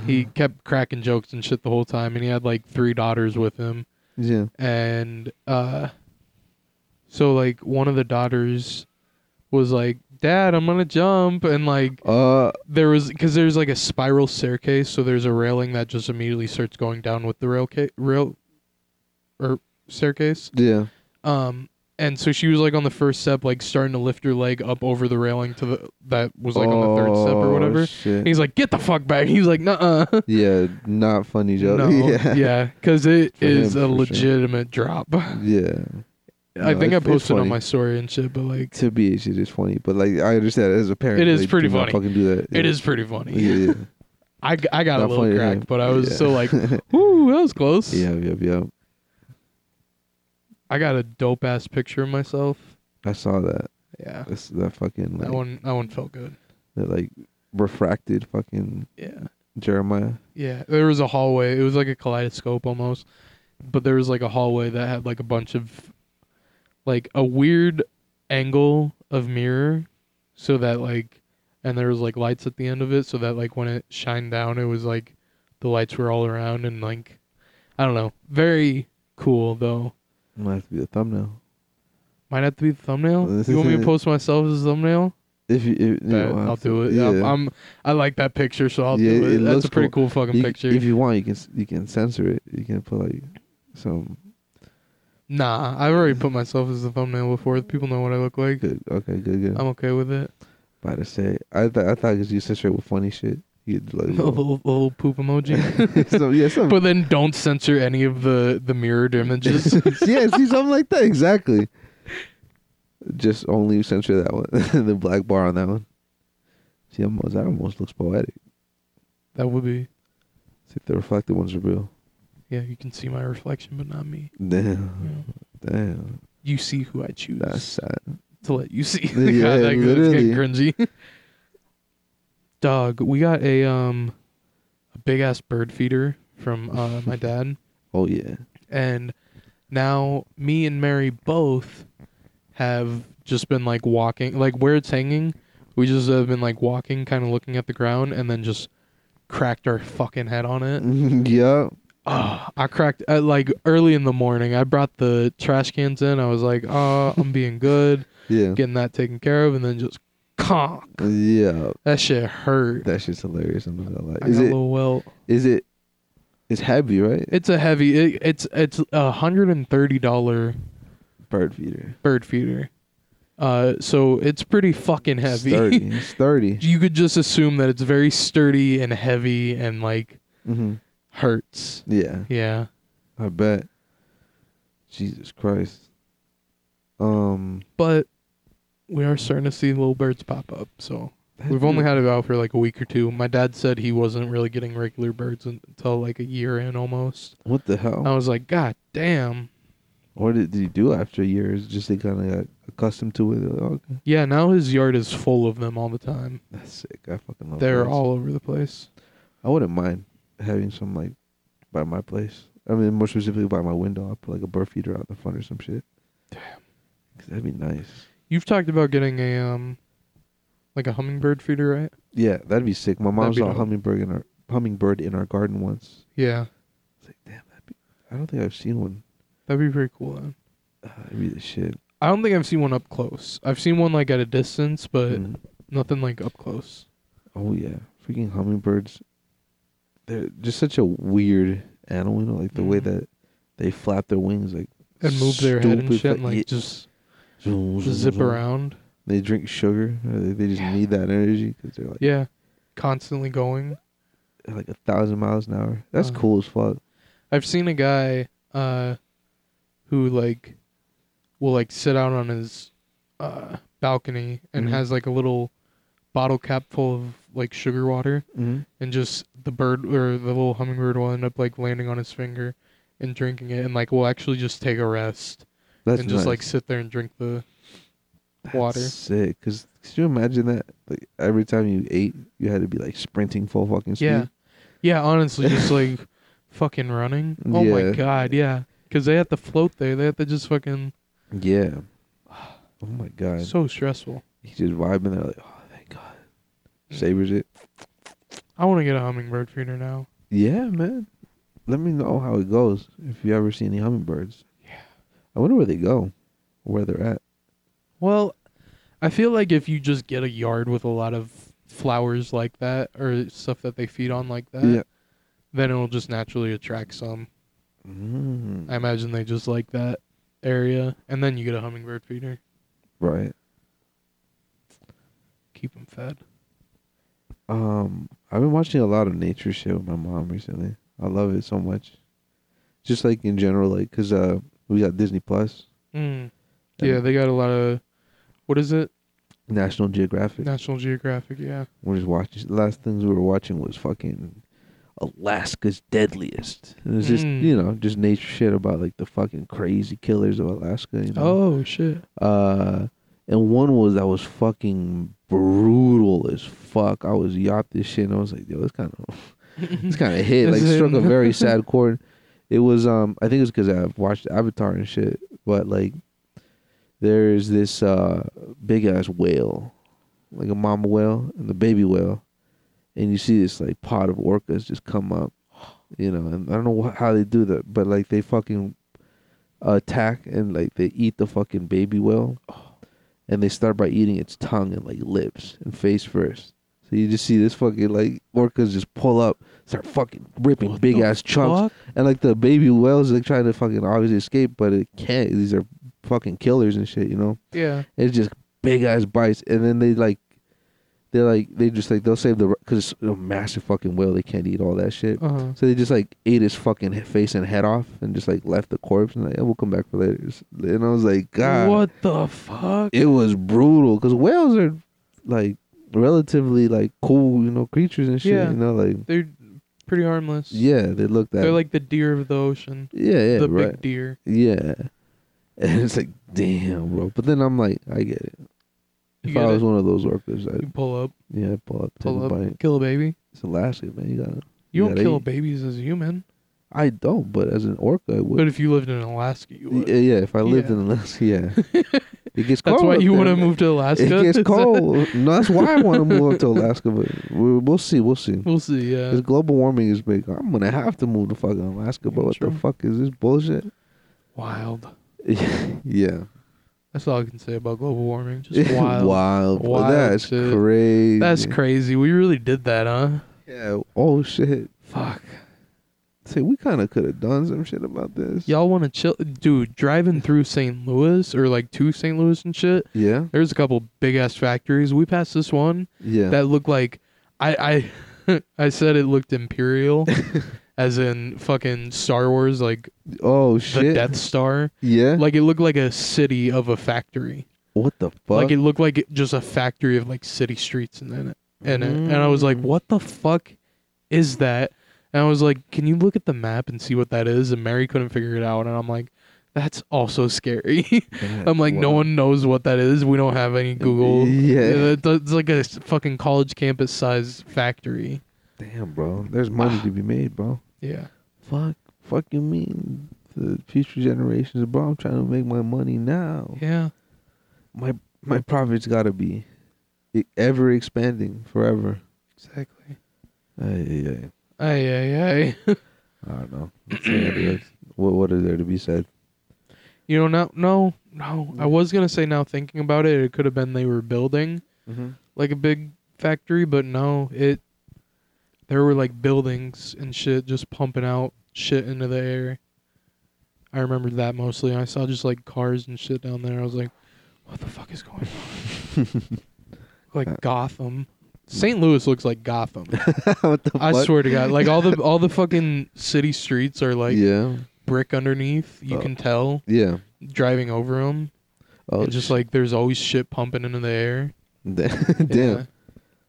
[SPEAKER 1] He kept cracking jokes and shit the whole time, and he had like three daughters with him.
[SPEAKER 2] yeah.
[SPEAKER 1] and uh so like one of the daughters was like dad i'm gonna jump and like
[SPEAKER 2] Uh,
[SPEAKER 1] there was because there's like a spiral staircase so there's a railing that just immediately starts going down with the rail ca- rail or staircase
[SPEAKER 2] yeah.
[SPEAKER 1] um and so she was like on the first step like starting to lift her leg up over the railing to the that was like on the third step or
[SPEAKER 2] Oh,
[SPEAKER 1] whatever
[SPEAKER 2] shit.
[SPEAKER 1] And he's like get the fuck back he's like nuh-uh
[SPEAKER 2] Yeah, not funny joke.
[SPEAKER 1] no
[SPEAKER 2] yeah.
[SPEAKER 1] yeah because it
[SPEAKER 2] For
[SPEAKER 1] is
[SPEAKER 2] him,
[SPEAKER 1] a
[SPEAKER 2] for sure.
[SPEAKER 1] legitimate drop
[SPEAKER 2] Yeah.
[SPEAKER 1] I
[SPEAKER 2] No,
[SPEAKER 1] think
[SPEAKER 2] it's-
[SPEAKER 1] I
[SPEAKER 2] it's
[SPEAKER 1] posted on
[SPEAKER 2] funny.
[SPEAKER 1] my story and shit, but like,
[SPEAKER 2] To be it's just funny, but like I understand as a parent,
[SPEAKER 1] It is
[SPEAKER 2] like,
[SPEAKER 1] pretty
[SPEAKER 2] do not
[SPEAKER 1] funny.
[SPEAKER 2] Fucking do that.
[SPEAKER 1] it is pretty funny.
[SPEAKER 2] Yeah, yeah.
[SPEAKER 1] I, g- I got a
[SPEAKER 2] Not funny
[SPEAKER 1] little
[SPEAKER 2] to
[SPEAKER 1] cracked,
[SPEAKER 2] him.
[SPEAKER 1] but I was
[SPEAKER 2] Yeah.
[SPEAKER 1] so like, ooh, that was close.
[SPEAKER 2] yeah, yeah, yeah.
[SPEAKER 1] I got a dope ass picture of myself.
[SPEAKER 2] I saw that.
[SPEAKER 1] Yeah,
[SPEAKER 2] That's that fucking like
[SPEAKER 1] that one that one felt good.
[SPEAKER 2] that like refracted fucking
[SPEAKER 1] Yeah,
[SPEAKER 2] Jeremiah.
[SPEAKER 1] yeah. There was a hallway. It was like a kaleidoscope almost, but there was like a hallway that had like a bunch of, like a weird angle of mirror, so that like, and there was like lights at the end of it, so that like when it shined down, it was like the lights were all around and like, I don't know, very cool though.
[SPEAKER 2] Might have to be the thumbnail.
[SPEAKER 1] Might have to be the thumbnail.
[SPEAKER 2] This
[SPEAKER 1] You want me to
[SPEAKER 2] is-
[SPEAKER 1] post myself as a thumbnail?
[SPEAKER 2] If you, if, you
[SPEAKER 1] That-
[SPEAKER 2] know,
[SPEAKER 1] I'll do it.
[SPEAKER 2] Yeah.
[SPEAKER 1] I'm, I'm- i like that picture, so I'll
[SPEAKER 2] Yeah,
[SPEAKER 1] do it.
[SPEAKER 2] it
[SPEAKER 1] That's
[SPEAKER 2] looks
[SPEAKER 1] a pretty cool, fucking
[SPEAKER 2] You-
[SPEAKER 1] picture.
[SPEAKER 2] If you want, you can s- you can censor it. You can put like some
[SPEAKER 1] nah, I've already put myself as the thumbnail before. People know what I look like.
[SPEAKER 2] good. Okay, good, good.
[SPEAKER 1] I'm okay with it.
[SPEAKER 2] about to say. I th- I thought because you censor it with funny shit. You like
[SPEAKER 1] A little, a little poop emoji.
[SPEAKER 2] some, yeah, some
[SPEAKER 1] but then don't censor any of the the mirrored images.
[SPEAKER 2] yeah, see something like that exactly. Just only censor that one, the black bar on that one. See, almost that almost looks poetic.
[SPEAKER 1] That would be.
[SPEAKER 2] See if the reflective ones are real.
[SPEAKER 1] Yeah, you can see my reflection, but not me. You,
[SPEAKER 2] Damn.
[SPEAKER 1] know?
[SPEAKER 2] Damn.
[SPEAKER 1] You see who I choose
[SPEAKER 2] That's sad.
[SPEAKER 1] to let you see.
[SPEAKER 2] Yeah,
[SPEAKER 1] God, that- that's
[SPEAKER 2] literally.
[SPEAKER 1] getting cringy. Dog, we got a um, a big ass bird feeder from uh, my dad.
[SPEAKER 2] Oh yeah.
[SPEAKER 1] and now me and Mary both have just been like walking, like where it's hanging. We just have been like walking, kind of looking at the ground, and then just cracked our fucking head on it.
[SPEAKER 2] yeah.
[SPEAKER 1] Oh, I cracked uh, like early in the morning. I brought the trash cans in. I was like, "Oh, I'm being good,
[SPEAKER 2] Yeah.
[SPEAKER 1] getting that taken care of," and then just conk.
[SPEAKER 2] Yeah.
[SPEAKER 1] That shit hurt.
[SPEAKER 2] That shit's hilarious. I'm not gonna
[SPEAKER 1] I
[SPEAKER 2] lie.
[SPEAKER 1] got
[SPEAKER 2] Is
[SPEAKER 1] a
[SPEAKER 2] it?
[SPEAKER 1] little welt.
[SPEAKER 2] Is it? It's heavy, right?
[SPEAKER 1] It's a heavy. It, it's it's a hundred and thirty dollar
[SPEAKER 2] Bird feeder.
[SPEAKER 1] bird feeder. Uh, so it's pretty fucking heavy.
[SPEAKER 2] Sturdy. It's sturdy.
[SPEAKER 1] you could just assume that it's very sturdy and heavy and like
[SPEAKER 2] hmm
[SPEAKER 1] hurts.
[SPEAKER 2] Yeah.
[SPEAKER 1] Yeah.
[SPEAKER 2] I bet. Jesus Christ. Um.
[SPEAKER 1] But we are starting to see little birds pop up. So
[SPEAKER 2] that's
[SPEAKER 1] we've only
[SPEAKER 2] good.
[SPEAKER 1] had it out for like a week or two. My dad said he wasn't really getting regular birds until like a year in almost.
[SPEAKER 2] What the hell?
[SPEAKER 1] I was like, God damn.
[SPEAKER 2] What did, did he do after years? Just they kind of got accustomed to it. Like, oh, okay.
[SPEAKER 1] Yeah, now his yard is full of them all the time.
[SPEAKER 2] That's sick. I fucking love.
[SPEAKER 1] They're
[SPEAKER 2] birds.
[SPEAKER 1] all over the place.
[SPEAKER 2] I wouldn't mind having some like by my place. I mean, more specifically by my window. I'll put like a bird feeder out the front or some shit. Damn. That'd be nice.
[SPEAKER 1] You've talked about getting a um like a hummingbird feeder, right?
[SPEAKER 2] Yeah, that'd be sick. My mom
[SPEAKER 1] That'd be
[SPEAKER 2] saw a
[SPEAKER 1] dope.
[SPEAKER 2] hummingbird in our hummingbird in our garden once.
[SPEAKER 1] Yeah.
[SPEAKER 2] It's like, damn, that'd be. I don't think I've seen one.
[SPEAKER 1] That'd be pretty cool. Then.
[SPEAKER 2] Ah, That'd be the shit.
[SPEAKER 1] I don't think I've seen one up close. I've seen one like at a distance, but
[SPEAKER 2] Mm.
[SPEAKER 1] nothing like up close.
[SPEAKER 2] Oh yeah, freaking hummingbirds. They're just such a weird animal. You know, like the way
[SPEAKER 1] Mhm.
[SPEAKER 2] that they flap their wings, like
[SPEAKER 1] And move their head and
[SPEAKER 2] stupid,
[SPEAKER 1] shit, and, like
[SPEAKER 2] yeah,
[SPEAKER 1] just,
[SPEAKER 2] zoom,
[SPEAKER 1] just
[SPEAKER 2] zoom,
[SPEAKER 1] zip
[SPEAKER 2] zoom.
[SPEAKER 1] around.
[SPEAKER 2] They drink sugar. or They, they just
[SPEAKER 1] Yeah.
[SPEAKER 2] need that energy because they're like.
[SPEAKER 1] Yeah, constantly going.
[SPEAKER 2] at, like a thousand miles an hour. That's
[SPEAKER 1] Uh-huh.
[SPEAKER 2] cool as fuck.
[SPEAKER 1] I've seen a guy, uh, who like, will like sit out on his, uh, balcony and
[SPEAKER 2] Mhm.
[SPEAKER 1] has like a little bottle cap full of like sugar water,
[SPEAKER 2] Mm-hmm.
[SPEAKER 1] and just the bird or the little hummingbird will end up like landing on his finger, and drinking it, and like will actually just take a rest
[SPEAKER 2] That's
[SPEAKER 1] and just
[SPEAKER 2] nice.
[SPEAKER 1] like sit there and drink the
[SPEAKER 2] That's
[SPEAKER 1] water.
[SPEAKER 2] Sick. Cause could you imagine that? Like every time you ate, you had to be like sprinting full fucking speed.
[SPEAKER 1] Yeah. Yeah, honestly, just like fucking running. Oh my
[SPEAKER 2] Yeah.
[SPEAKER 1] god, yeah. Because they have to float there. They have to just fucking.
[SPEAKER 2] Yeah. Oh my god.
[SPEAKER 1] So stressful.
[SPEAKER 2] He's just vibing there like, oh thank god.
[SPEAKER 1] Mm-hmm.
[SPEAKER 2] Savors it.
[SPEAKER 1] I want to get a hummingbird feeder now.
[SPEAKER 2] Yeah, man. Let me know how it goes if you ever see any hummingbirds.
[SPEAKER 1] Yeah.
[SPEAKER 2] I wonder where they go, where they're at.
[SPEAKER 1] Well, I feel like if you just get a yard with a lot of flowers like that or stuff that they feed on like that,
[SPEAKER 2] yeah.
[SPEAKER 1] then it'll just naturally attract some.
[SPEAKER 2] Mm,
[SPEAKER 1] I imagine they just like that area. And then you get a hummingbird feeder.
[SPEAKER 2] right.
[SPEAKER 1] Keep them fed.
[SPEAKER 2] Um, I've been watching a lot of nature shit with my mom recently. I love it so much. Just like in general, like because uh, we got Disney Plus,
[SPEAKER 1] Mm.
[SPEAKER 2] Yeah.
[SPEAKER 1] Yeah, they got a lot of. What is it?
[SPEAKER 2] National Geographic.
[SPEAKER 1] National Geographic, yeah.
[SPEAKER 2] We're just watching. The last things we were watching was fucking Alaska's Deadliest. And it's just
[SPEAKER 1] Mm.
[SPEAKER 2] you know just nature shit about like the fucking crazy killers of Alaska. You know?
[SPEAKER 1] Oh, shit.
[SPEAKER 2] Uh, and one was that was fucking brutal as fuck. I was yapped this shit and I was like, yo, it's kind of it's kind of hit. Like
[SPEAKER 1] It's
[SPEAKER 2] struck a
[SPEAKER 1] hidden.
[SPEAKER 2] very sad chord. It was um I think it's because I've watched Avatar and shit, but like there's this uh big ass whale, like a mama whale and the baby whale, and you see this like pod of orcas just come up, you know, and I don't know wh- how they do that, but like they fucking attack and like they eat the fucking baby whale,
[SPEAKER 1] Oh.
[SPEAKER 2] and they start by eating its tongue and like lips and face first. So you just see this fucking like orcas just pull up, start fucking ripping
[SPEAKER 1] What
[SPEAKER 2] big
[SPEAKER 1] the
[SPEAKER 2] ass chunks,
[SPEAKER 1] Fuck.
[SPEAKER 2] and like the baby whales like trying to fucking obviously escape, but it can't. These are fucking killers and shit, you know.
[SPEAKER 1] Yeah.
[SPEAKER 2] It's just big ass bites, and then they like, they like they just like they'll save the because it's a massive fucking whale. They can't eat all that shit.
[SPEAKER 1] Uh-huh.
[SPEAKER 2] So they just like ate his fucking he- face and head off, and just like left the corpse, and like yeah, we'll come back for later. It's- And I was like, God,
[SPEAKER 1] What the fuck?
[SPEAKER 2] it was brutal because whales are like relatively like cool, you know, creatures and shit.
[SPEAKER 1] Yeah.
[SPEAKER 2] You know, like
[SPEAKER 1] They're pretty harmless.
[SPEAKER 2] yeah, they look that.
[SPEAKER 1] They're like the deer of the ocean.
[SPEAKER 2] yeah, yeah,
[SPEAKER 1] the
[SPEAKER 2] right,
[SPEAKER 1] big deer.
[SPEAKER 2] yeah. And it's like, damn, bro. But then I'm like, I get it.
[SPEAKER 1] You
[SPEAKER 2] If
[SPEAKER 1] get
[SPEAKER 2] I was
[SPEAKER 1] it?
[SPEAKER 2] one of those orcas,
[SPEAKER 1] You
[SPEAKER 2] I'd,
[SPEAKER 1] pull up,
[SPEAKER 2] yeah, I'd pull up, take
[SPEAKER 1] pull
[SPEAKER 2] a
[SPEAKER 1] up,
[SPEAKER 2] bite.
[SPEAKER 1] kill a baby.
[SPEAKER 2] It's Alaska, man. You gotta.
[SPEAKER 1] You
[SPEAKER 2] Yeah,
[SPEAKER 1] don't
[SPEAKER 2] they-
[SPEAKER 1] kill babies as a human,
[SPEAKER 2] I don't, but as an orca, I would.
[SPEAKER 1] but if you lived in Alaska, you would.
[SPEAKER 2] Yeah, eh, yeah, if I lived
[SPEAKER 1] Yeah.
[SPEAKER 2] in Alaska, yeah. It gets cold.
[SPEAKER 1] That's why
[SPEAKER 2] up
[SPEAKER 1] you
[SPEAKER 2] there,
[SPEAKER 1] want to
[SPEAKER 2] man.
[SPEAKER 1] move to Alaska.
[SPEAKER 2] It gets
[SPEAKER 1] It's-
[SPEAKER 2] cold. no, that's why I want to move up to Alaska, but we, we'll see. We'll see.
[SPEAKER 1] we'll see. Yeah,
[SPEAKER 2] This global warming is big. I'm gonna have to move to fucking Alaska, bro. What
[SPEAKER 1] True.
[SPEAKER 2] the fuck is this bullshit?
[SPEAKER 1] wild.
[SPEAKER 2] yeah,
[SPEAKER 1] That's all I can say about global warming. Just wild.
[SPEAKER 2] wild. bro.
[SPEAKER 1] Wild
[SPEAKER 2] That's
[SPEAKER 1] shit.
[SPEAKER 2] crazy.
[SPEAKER 1] That's crazy. We really did that, huh?
[SPEAKER 2] Yeah. Oh shit.
[SPEAKER 1] Fuck.
[SPEAKER 2] See, we kind of could have done some shit about this.
[SPEAKER 1] Y'all want to chill, dude? Driving through St. Louis or like to St. Louis and shit.
[SPEAKER 2] Yeah.
[SPEAKER 1] There's a couple big ass factories. We passed this one
[SPEAKER 2] Yeah.
[SPEAKER 1] that looked like I I I said it looked imperial, as in fucking Star Wars, like
[SPEAKER 2] oh
[SPEAKER 1] the
[SPEAKER 2] shit.
[SPEAKER 1] Death Star.
[SPEAKER 2] Yeah.
[SPEAKER 1] Like it looked like a city of a factory.
[SPEAKER 2] what the fuck?
[SPEAKER 1] Like it looked like it, just a factory of like city streets and then it and it. and I was like,
[SPEAKER 2] Mm.
[SPEAKER 1] what the fuck is that? And I was like, can you look at the map and see what that is? And Mary couldn't figure it out, and I'm like, that's also scary.
[SPEAKER 2] That-
[SPEAKER 1] I'm like, no
[SPEAKER 2] wow.
[SPEAKER 1] one knows what that is. We don't have any Google.
[SPEAKER 2] Yeah.
[SPEAKER 1] It- it's like a s- fucking college campus size factory.
[SPEAKER 2] Damn, bro. There's money to be made, bro.
[SPEAKER 1] Yeah,
[SPEAKER 2] Fuck. Fuck you mean the future generations, bro? I'm trying to make my money now.
[SPEAKER 1] yeah.
[SPEAKER 2] my my profits gotta be e- ever expanding forever.
[SPEAKER 1] Exactly.
[SPEAKER 2] Ay, ay, ay.
[SPEAKER 1] Ay, ay, ay.
[SPEAKER 2] I don't know. That's- that's- what what is there to be said?
[SPEAKER 1] You know, now, no, no. I was gonna say now, thinking about it, it could have been they were building like a big factory, but no, it. There were like buildings and shit just pumping out shit into the air. I remember that mostly. I saw just like cars and shit down there. I was like, what the fuck is going on?
[SPEAKER 2] Uh,
[SPEAKER 1] like Gotham. St. Louis looks like Gotham.
[SPEAKER 2] what the
[SPEAKER 1] I
[SPEAKER 2] fuck?
[SPEAKER 1] swear to God, like all the all the fucking city streets are like
[SPEAKER 2] yeah,
[SPEAKER 1] brick underneath. You
[SPEAKER 2] Oh.
[SPEAKER 1] can tell
[SPEAKER 2] yeah.
[SPEAKER 1] driving over them.
[SPEAKER 2] Oh,
[SPEAKER 1] just
[SPEAKER 2] sh-
[SPEAKER 1] like there's always shit pumping into the air.
[SPEAKER 2] damn,
[SPEAKER 1] Yeah.
[SPEAKER 2] damn.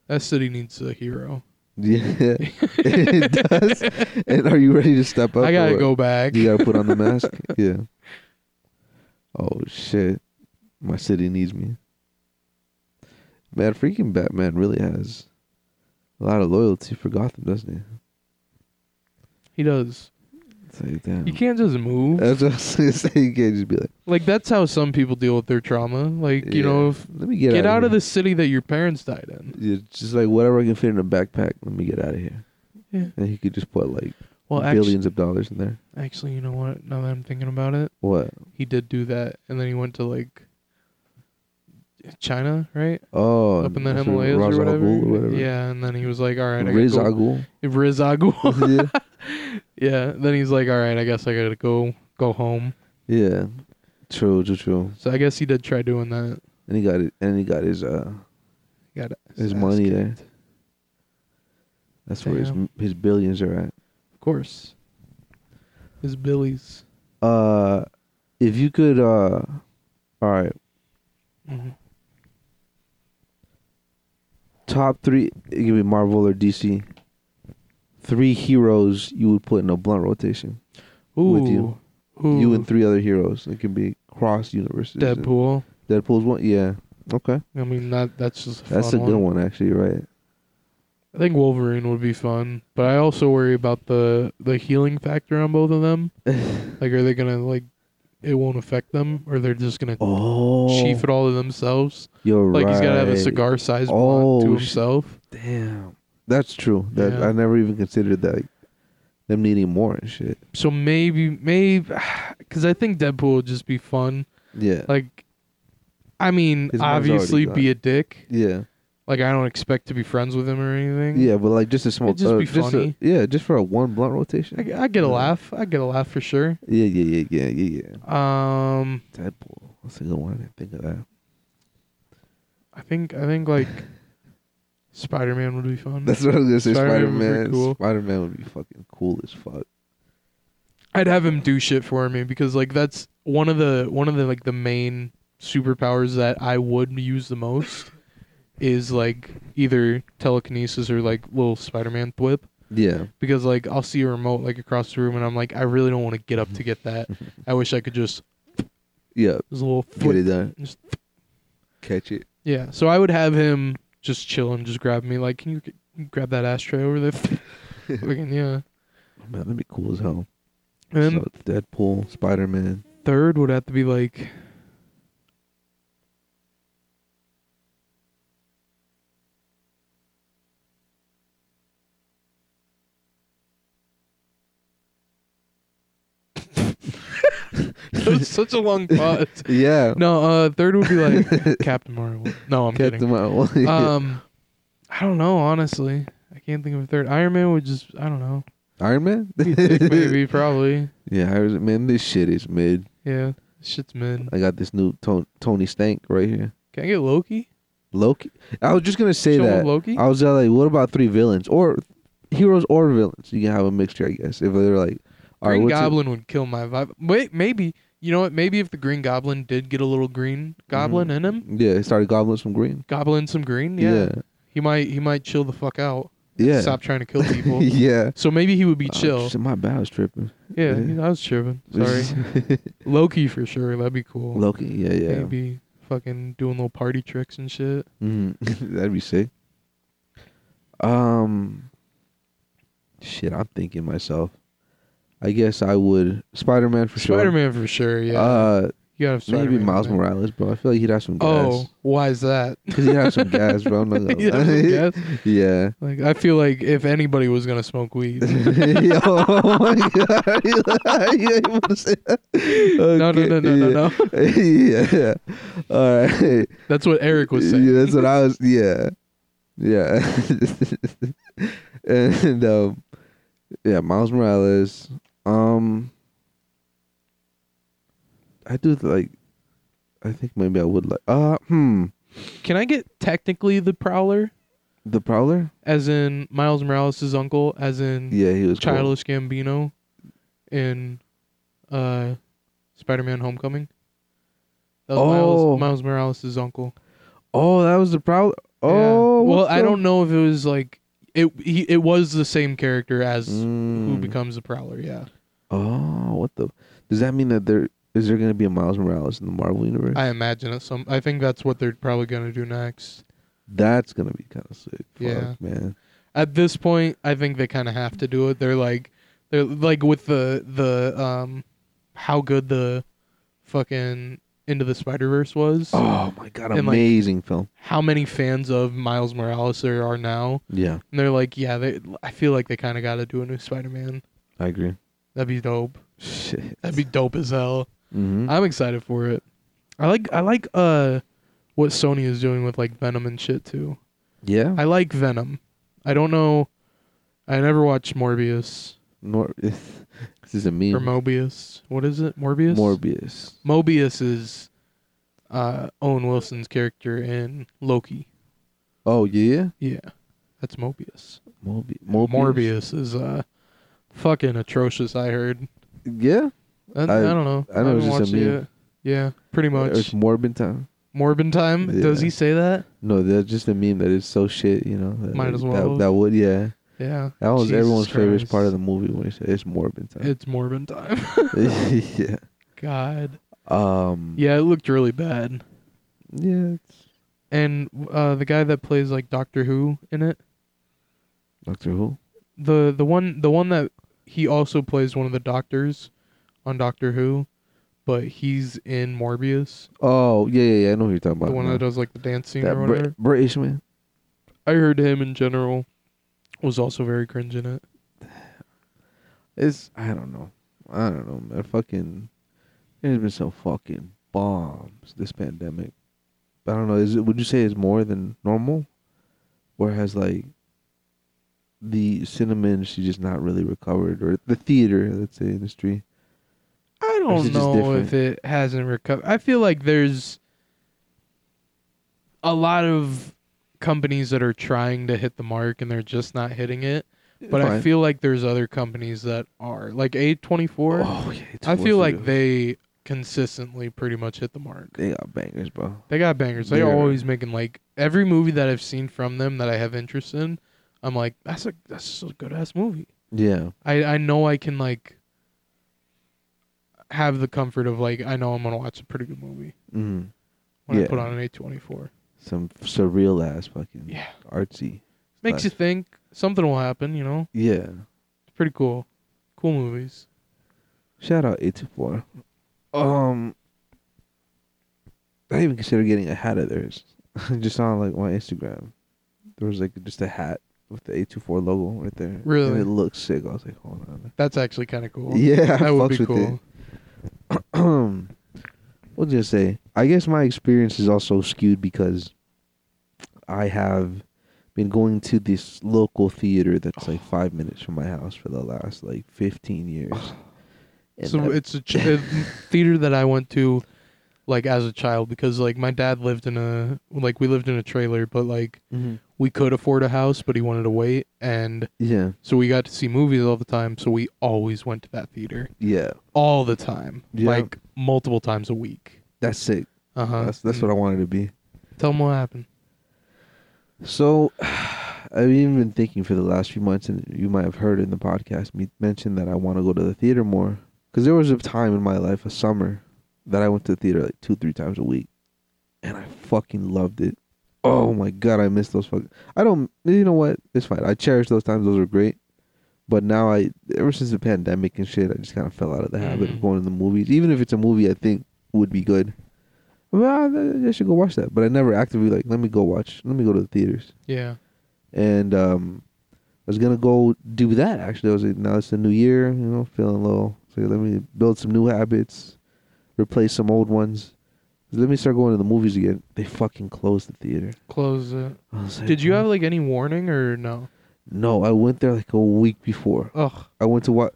[SPEAKER 1] That city needs a hero.
[SPEAKER 2] yeah. it does. And are you ready to step up?
[SPEAKER 1] I
[SPEAKER 2] or
[SPEAKER 1] gotta
[SPEAKER 2] what?
[SPEAKER 1] go back.
[SPEAKER 2] You gotta put on the mask. yeah. Oh shit, my city needs me. Man, freaking Batman really has a lot of loyalty for Gotham, doesn't he?
[SPEAKER 1] He does.
[SPEAKER 2] It's like, damn.
[SPEAKER 1] You can't just move.
[SPEAKER 2] That's what I was gonna say. You can't just be like,
[SPEAKER 1] Like that's how some people deal with their trauma. Like you
[SPEAKER 2] Yeah.
[SPEAKER 1] know, if,
[SPEAKER 2] let me
[SPEAKER 1] get,
[SPEAKER 2] get,
[SPEAKER 1] out, of
[SPEAKER 2] here.
[SPEAKER 1] the city that your parents died in.
[SPEAKER 2] Yeah, just like whatever I can fit in a backpack, let me get out of here.
[SPEAKER 1] Yeah.
[SPEAKER 2] And he could just put like
[SPEAKER 1] Well, actually,
[SPEAKER 2] billions of dollars in there.
[SPEAKER 1] actually, you know what? Now that I'm thinking about it,
[SPEAKER 2] What?
[SPEAKER 1] he did do that, and then he went to like China, right?
[SPEAKER 2] Oh,
[SPEAKER 1] Up in the
[SPEAKER 2] that's
[SPEAKER 1] Himalayas
[SPEAKER 2] Ra's
[SPEAKER 1] or
[SPEAKER 2] al
[SPEAKER 1] whatever.
[SPEAKER 2] Ghul or whatever.
[SPEAKER 1] Yeah, and then he was like, "All right, I
[SPEAKER 2] Riz
[SPEAKER 1] gotta
[SPEAKER 2] Al Ghul.
[SPEAKER 1] go." Riz Agul.
[SPEAKER 2] yeah.
[SPEAKER 1] yeah. Then he's like, "All right, I guess I gotta go go home."
[SPEAKER 2] yeah. True, true, true.
[SPEAKER 1] So I guess he did try doing that.
[SPEAKER 2] And he got it. And he got his uh,
[SPEAKER 1] Got
[SPEAKER 2] His money there. that's where his
[SPEAKER 1] Damn.
[SPEAKER 2] his billions are at.
[SPEAKER 1] of course. His Billy's.
[SPEAKER 2] Uh, if you could, uh, all right, Mm-hmm.
[SPEAKER 1] Mhm.
[SPEAKER 2] top three. It could be Marvel or DC. Three heroes you would put in a blunt rotation.
[SPEAKER 1] Ooh.
[SPEAKER 2] With you.
[SPEAKER 1] Ooh.
[SPEAKER 2] You and three other heroes. It can be cross universes.
[SPEAKER 1] Deadpool.
[SPEAKER 2] Deadpool's one. Yeah. Okay.
[SPEAKER 1] I mean, that that's just a
[SPEAKER 2] That's
[SPEAKER 1] fun
[SPEAKER 2] a good one, actually. You're Right.
[SPEAKER 1] I think Wolverine would be fun, but I also worry about the the healing factor on both of them. like, are they gonna like? It won't affect them, or they're just gonna
[SPEAKER 2] Oh.
[SPEAKER 1] chief it all to themselves.
[SPEAKER 2] You're
[SPEAKER 1] Like he's gotta have a
[SPEAKER 2] right.
[SPEAKER 1] cigar-sized
[SPEAKER 2] Oh,
[SPEAKER 1] blunt to
[SPEAKER 2] sh-
[SPEAKER 1] himself.
[SPEAKER 2] Damn. That's true. That
[SPEAKER 1] Yeah.
[SPEAKER 2] I never even considered that. like, them needing more and shit.
[SPEAKER 1] So maybe, maybe, because I think Deadpool would just be fun.
[SPEAKER 2] Yeah.
[SPEAKER 1] Like, I mean,
[SPEAKER 2] His mind's already
[SPEAKER 1] obviously, be
[SPEAKER 2] gone.
[SPEAKER 1] a dick.
[SPEAKER 2] yeah.
[SPEAKER 1] Like, I don't expect to be friends with him or anything.
[SPEAKER 2] Yeah, but like just a small.
[SPEAKER 1] It'd just
[SPEAKER 2] uh,
[SPEAKER 1] be
[SPEAKER 2] a-
[SPEAKER 1] funny.
[SPEAKER 2] yeah, just for a one blunt rotation.
[SPEAKER 1] I, I get a laugh. I get a laugh for sure.
[SPEAKER 2] Yeah, yeah, yeah, yeah, yeah, yeah.
[SPEAKER 1] Um,
[SPEAKER 2] Deadpool. That's a good one. I didn't think of
[SPEAKER 1] Mm.
[SPEAKER 2] that.
[SPEAKER 1] I think I think like Spider Man would be fun.
[SPEAKER 2] That's what I was gonna say. Spider
[SPEAKER 1] Spider-Man would be
[SPEAKER 2] Man.
[SPEAKER 1] cool. Spider-Man.
[SPEAKER 2] Spider Man would be fucking cool as fuck.
[SPEAKER 1] I'd have him do shit for me because like that's one of the one of the like the main superpowers that I would use the most is like either telekinesis or like little Spider-Man whip.
[SPEAKER 2] Yeah.
[SPEAKER 1] Because like I'll see a remote like across the room and I'm like I really don't want to get up to get that. I wish I could just
[SPEAKER 2] Yeah.
[SPEAKER 1] there's a little
[SPEAKER 2] Get it
[SPEAKER 1] flip.
[SPEAKER 2] done.
[SPEAKER 1] Just-
[SPEAKER 2] Catch it.
[SPEAKER 1] Yeah. So I would have him just chill and just grab me like can you g- grab that ashtray over there? Fucking, yeah.
[SPEAKER 2] Oh, Man, that'd be cool as hell.
[SPEAKER 1] And then
[SPEAKER 2] so it's Deadpool, Spider Man.
[SPEAKER 1] third would have to be like That was such a long pause.
[SPEAKER 2] Yeah.
[SPEAKER 1] No, uh third would be like Captain Marvel. No, I'm
[SPEAKER 2] Captain Marvel.
[SPEAKER 1] kidding.
[SPEAKER 2] Yeah.
[SPEAKER 1] Um I don't know, honestly. I can't think of a third. Iron Man would just I don't know.
[SPEAKER 2] Iron Man?
[SPEAKER 1] Maybe probably.
[SPEAKER 2] yeah, Iron Man. This shit is mid.
[SPEAKER 1] Yeah. Shit's mid.
[SPEAKER 2] I got this new Ton Tony Stank right here.
[SPEAKER 1] Can I get Loki?
[SPEAKER 2] Loki. I was just gonna say
[SPEAKER 1] Someone
[SPEAKER 2] that.
[SPEAKER 1] Loki?
[SPEAKER 2] I was uh, like, what about three villains or heroes or villains? You can have a mixture, I guess. If they're like, all right,
[SPEAKER 1] Green
[SPEAKER 2] what's a-
[SPEAKER 1] Goblin would kill my vibe. Wait, maybe you know what? Maybe if the Green Goblin did get a little Green Goblin in him,
[SPEAKER 2] Mm-hmm. Yeah, he started goblins from green.
[SPEAKER 1] Goblin some green, yeah, he might he might chill the fuck out.
[SPEAKER 2] Yeah.
[SPEAKER 1] Stop trying to kill
[SPEAKER 2] Yeah.
[SPEAKER 1] people. so maybe he would be chill.
[SPEAKER 2] Oh, shit, my bow's tripping.
[SPEAKER 1] yeah,
[SPEAKER 2] yeah.
[SPEAKER 1] I was tripping. Sorry, Loki for sure. That'd be cool.
[SPEAKER 2] Loki. Yeah, yeah.
[SPEAKER 1] Maybe fucking doing little party tricks and shit.
[SPEAKER 2] Mm, that'd be sick. Um, shit, I'm thinking myself. I guess I would Spider Man for sure.
[SPEAKER 1] Spider-Man for sure. Yeah,
[SPEAKER 2] Uh,
[SPEAKER 1] you gotta have Spider-Man.
[SPEAKER 2] maybe
[SPEAKER 1] in
[SPEAKER 2] Miles
[SPEAKER 1] there.
[SPEAKER 2] Morales, bro. I feel like he'd have some
[SPEAKER 1] Oh,
[SPEAKER 2] gas.
[SPEAKER 1] why is that?
[SPEAKER 2] Cause he'd have some gas, bro. I'm not gonna
[SPEAKER 1] You know,
[SPEAKER 2] lie.
[SPEAKER 1] I guess.
[SPEAKER 2] Yeah.
[SPEAKER 1] Like I feel like if anybody was gonna smoke weed,
[SPEAKER 2] oh my god. you ain't wanna say that.
[SPEAKER 1] no, no,
[SPEAKER 2] Okay,
[SPEAKER 1] no, no, no, no.
[SPEAKER 2] yeah. yeah. All right.
[SPEAKER 1] That's what Eric was saying.
[SPEAKER 2] Yeah, that's what I was. Yeah, yeah, and um, yeah, Miles Morales. Um, I do th- like. I think maybe I would like. Uh, hmm.
[SPEAKER 1] Can I get technically the Prowler,
[SPEAKER 2] The Prowler.
[SPEAKER 1] as in Miles Morales' uncle, as in
[SPEAKER 2] Yeah, he was cool.
[SPEAKER 1] Childish Gambino in uh, Spider-Man: Homecoming? That was
[SPEAKER 2] Oh.
[SPEAKER 1] Miles, Miles Morales' uncle.
[SPEAKER 2] Oh, that was the Prowler.
[SPEAKER 1] Yeah.
[SPEAKER 2] Oh,
[SPEAKER 1] well, I don't know if it was like it. He, it was the same character as who
[SPEAKER 2] Mm.
[SPEAKER 1] becomes the Prowler. Yeah,
[SPEAKER 2] oh, what the? Does that mean that there is there gonna be a Miles Morales in the Marvel universe?
[SPEAKER 1] I imagine it's some. I think that's what they're probably gonna do next.
[SPEAKER 2] That's gonna be kind of sick. Fuck,
[SPEAKER 1] Yeah.
[SPEAKER 2] man.
[SPEAKER 1] At this point, I think they kind of have to do it. They're like, they're like with the the um, how good the fucking Into the Spider Verse was.
[SPEAKER 2] Oh my god,
[SPEAKER 1] And, like-
[SPEAKER 2] amazing film.
[SPEAKER 1] How many fans of Miles Morales there are now?
[SPEAKER 2] Yeah,
[SPEAKER 1] And they're like, yeah, they, I feel like they kind of got to do a new Spider Man.
[SPEAKER 2] I agree.
[SPEAKER 1] That'd be dope.
[SPEAKER 2] Shit.
[SPEAKER 1] That'd be dope as hell.
[SPEAKER 2] hmm
[SPEAKER 1] I'm excited for it. I like I like uh what Sony is doing with like Venom and shit too.
[SPEAKER 2] yeah.
[SPEAKER 1] I like Venom. I don't know. I never watched Morbius
[SPEAKER 2] Nor- this is a meme.
[SPEAKER 1] or Mobius. What is it? Morbius.
[SPEAKER 2] Morbius.
[SPEAKER 1] Mobius is uh, Owen Wilson's character in Loki.
[SPEAKER 2] Oh yeah.
[SPEAKER 1] Yeah, that's Mobius.
[SPEAKER 2] Morbi-
[SPEAKER 1] Morbius,
[SPEAKER 2] Morbius.
[SPEAKER 1] is uh, fucking atrocious. I heard.
[SPEAKER 2] Yeah.
[SPEAKER 1] I, I,
[SPEAKER 2] I-
[SPEAKER 1] don't know.
[SPEAKER 2] I know
[SPEAKER 1] haven't
[SPEAKER 2] it's just a
[SPEAKER 1] watched it
[SPEAKER 2] meme.
[SPEAKER 1] yet. Yeah, pretty
[SPEAKER 2] It's
[SPEAKER 1] much.
[SPEAKER 2] Morbin time.
[SPEAKER 1] Morbin time. Does
[SPEAKER 2] Yeah.
[SPEAKER 1] he say that?
[SPEAKER 2] No, that's just a meme that is so shit. You know. That,
[SPEAKER 1] Might as
[SPEAKER 2] that-
[SPEAKER 1] well.
[SPEAKER 2] That, would yeah.
[SPEAKER 1] Yeah.
[SPEAKER 2] That was
[SPEAKER 1] Jesus
[SPEAKER 2] everyone's favorite part
[SPEAKER 1] Christ.
[SPEAKER 2] of the movie when he said it's Morbin time.
[SPEAKER 1] It's Morbin time.
[SPEAKER 2] yeah.
[SPEAKER 1] God.
[SPEAKER 2] Um.
[SPEAKER 1] Yeah, it looked really bad.
[SPEAKER 2] Yeah. It's
[SPEAKER 1] And uh, the guy that plays like Doctor Who in it,
[SPEAKER 2] Doctor Who.
[SPEAKER 1] the the one the one that he also plays one of the doctors on Doctor Who, but he's in Morbius,
[SPEAKER 2] Oh yeah yeah yeah. I know who you're talking about.
[SPEAKER 1] the one
[SPEAKER 2] now.
[SPEAKER 1] that does like the dance scene
[SPEAKER 2] that
[SPEAKER 1] or
[SPEAKER 2] Brit-
[SPEAKER 1] whatever.
[SPEAKER 2] British man.
[SPEAKER 1] I heard him in general was also very cringe in it.
[SPEAKER 2] It's I don't know. I don't know, man. Fucking there's been some fucking bombs this pandemic. I don't know, is it would you say it's more than normal? Or has like the cinema industry just not really recovered or the theater, let's say, industry.
[SPEAKER 1] I
[SPEAKER 2] Is it
[SPEAKER 1] don't
[SPEAKER 2] just
[SPEAKER 1] know if
[SPEAKER 2] different?
[SPEAKER 1] it hasn't recovered. I feel like there's a lot of companies that are trying to hit the mark and they're just not hitting it. But I
[SPEAKER 2] Fine.
[SPEAKER 1] feel like there's other companies that are like A24.
[SPEAKER 2] Oh yeah, it's
[SPEAKER 1] I feel
[SPEAKER 2] forced
[SPEAKER 1] like
[SPEAKER 2] to-
[SPEAKER 1] they consistently pretty much hit the mark.
[SPEAKER 2] they got bangers, bro.
[SPEAKER 1] They got bangers. They're
[SPEAKER 2] They're-
[SPEAKER 1] always making like every movie that I've seen from them that I have interest in, I'm like, that's a that's a good ass movie.
[SPEAKER 2] Yeah.
[SPEAKER 1] I I know I can like have the comfort of like I know I'm gonna watch a pretty good movie
[SPEAKER 2] Mm.
[SPEAKER 1] when I
[SPEAKER 2] Yeah.
[SPEAKER 1] put on an A24.
[SPEAKER 2] Some surreal ass fucking
[SPEAKER 1] Yeah,
[SPEAKER 2] artsy.
[SPEAKER 1] makes you
[SPEAKER 2] stuff.
[SPEAKER 1] think something will happen. You know,
[SPEAKER 2] Yeah.
[SPEAKER 1] it's pretty cool, cool movies.
[SPEAKER 2] Shout out eight two four. Um, I even consider getting a hat of theirs. just on like my Instagram, there was like just a hat with the eight two four logo right there.
[SPEAKER 1] Really?
[SPEAKER 2] and it looks sick. I was like, hold on.
[SPEAKER 1] That's actually kind of cool.
[SPEAKER 2] Yeah, I
[SPEAKER 1] that would
[SPEAKER 2] fucks
[SPEAKER 1] be
[SPEAKER 2] with
[SPEAKER 1] cool.
[SPEAKER 2] um, we'll just say, I guess my experience is also skewed because I have been going to this local theater that's like five minutes from my house for the last like 15 years. And
[SPEAKER 1] So
[SPEAKER 2] I've-
[SPEAKER 1] it's a ch- a theater that I went to, like as a child, because like my dad lived in a like we lived in a trailer, but like
[SPEAKER 2] Mhm.
[SPEAKER 1] we could afford a house, but he wanted to wait, and
[SPEAKER 2] yeah,
[SPEAKER 1] so we got to see movies all the time. So we always went to that theater
[SPEAKER 2] yeah,
[SPEAKER 1] all the time,
[SPEAKER 2] Yeah.
[SPEAKER 1] like multiple times a week.
[SPEAKER 2] that's sick.
[SPEAKER 1] Uh huh.
[SPEAKER 2] That's that's what I wanted to be.
[SPEAKER 1] Tell them what happened.
[SPEAKER 2] So, I've even been thinking for the last few months, and you might have heard in the podcast me mention that I want to go to the theater more. Because there was a time in my life, a summer, that I went to the theater like two, three times a week, and I fucking loved it. Oh my god, I miss those fucking. I don't. You know what? It's fine. I cherish those times. Those were great. But now I, ever since the pandemic and shit, I just kind of fell out of the habit
[SPEAKER 1] Mhm.
[SPEAKER 2] of going to the movies. Even if it's a movie I think would be good, well, I, I should go watch that. But I never actively like, let me go watch. Let me go to the theaters
[SPEAKER 1] Yeah.
[SPEAKER 2] and um, I was gonna go do that. Actually, I was like, now it's the new year, you know, feeling low. So let me build some new habits, replace some old ones. Let me start going to the movies again. They fucking closed the theater.
[SPEAKER 1] Close it.
[SPEAKER 2] I was like,
[SPEAKER 1] Did you
[SPEAKER 2] "Oh."
[SPEAKER 1] have like any warning or no?
[SPEAKER 2] No, I went there like a week before.
[SPEAKER 1] Ugh.
[SPEAKER 2] I went to watch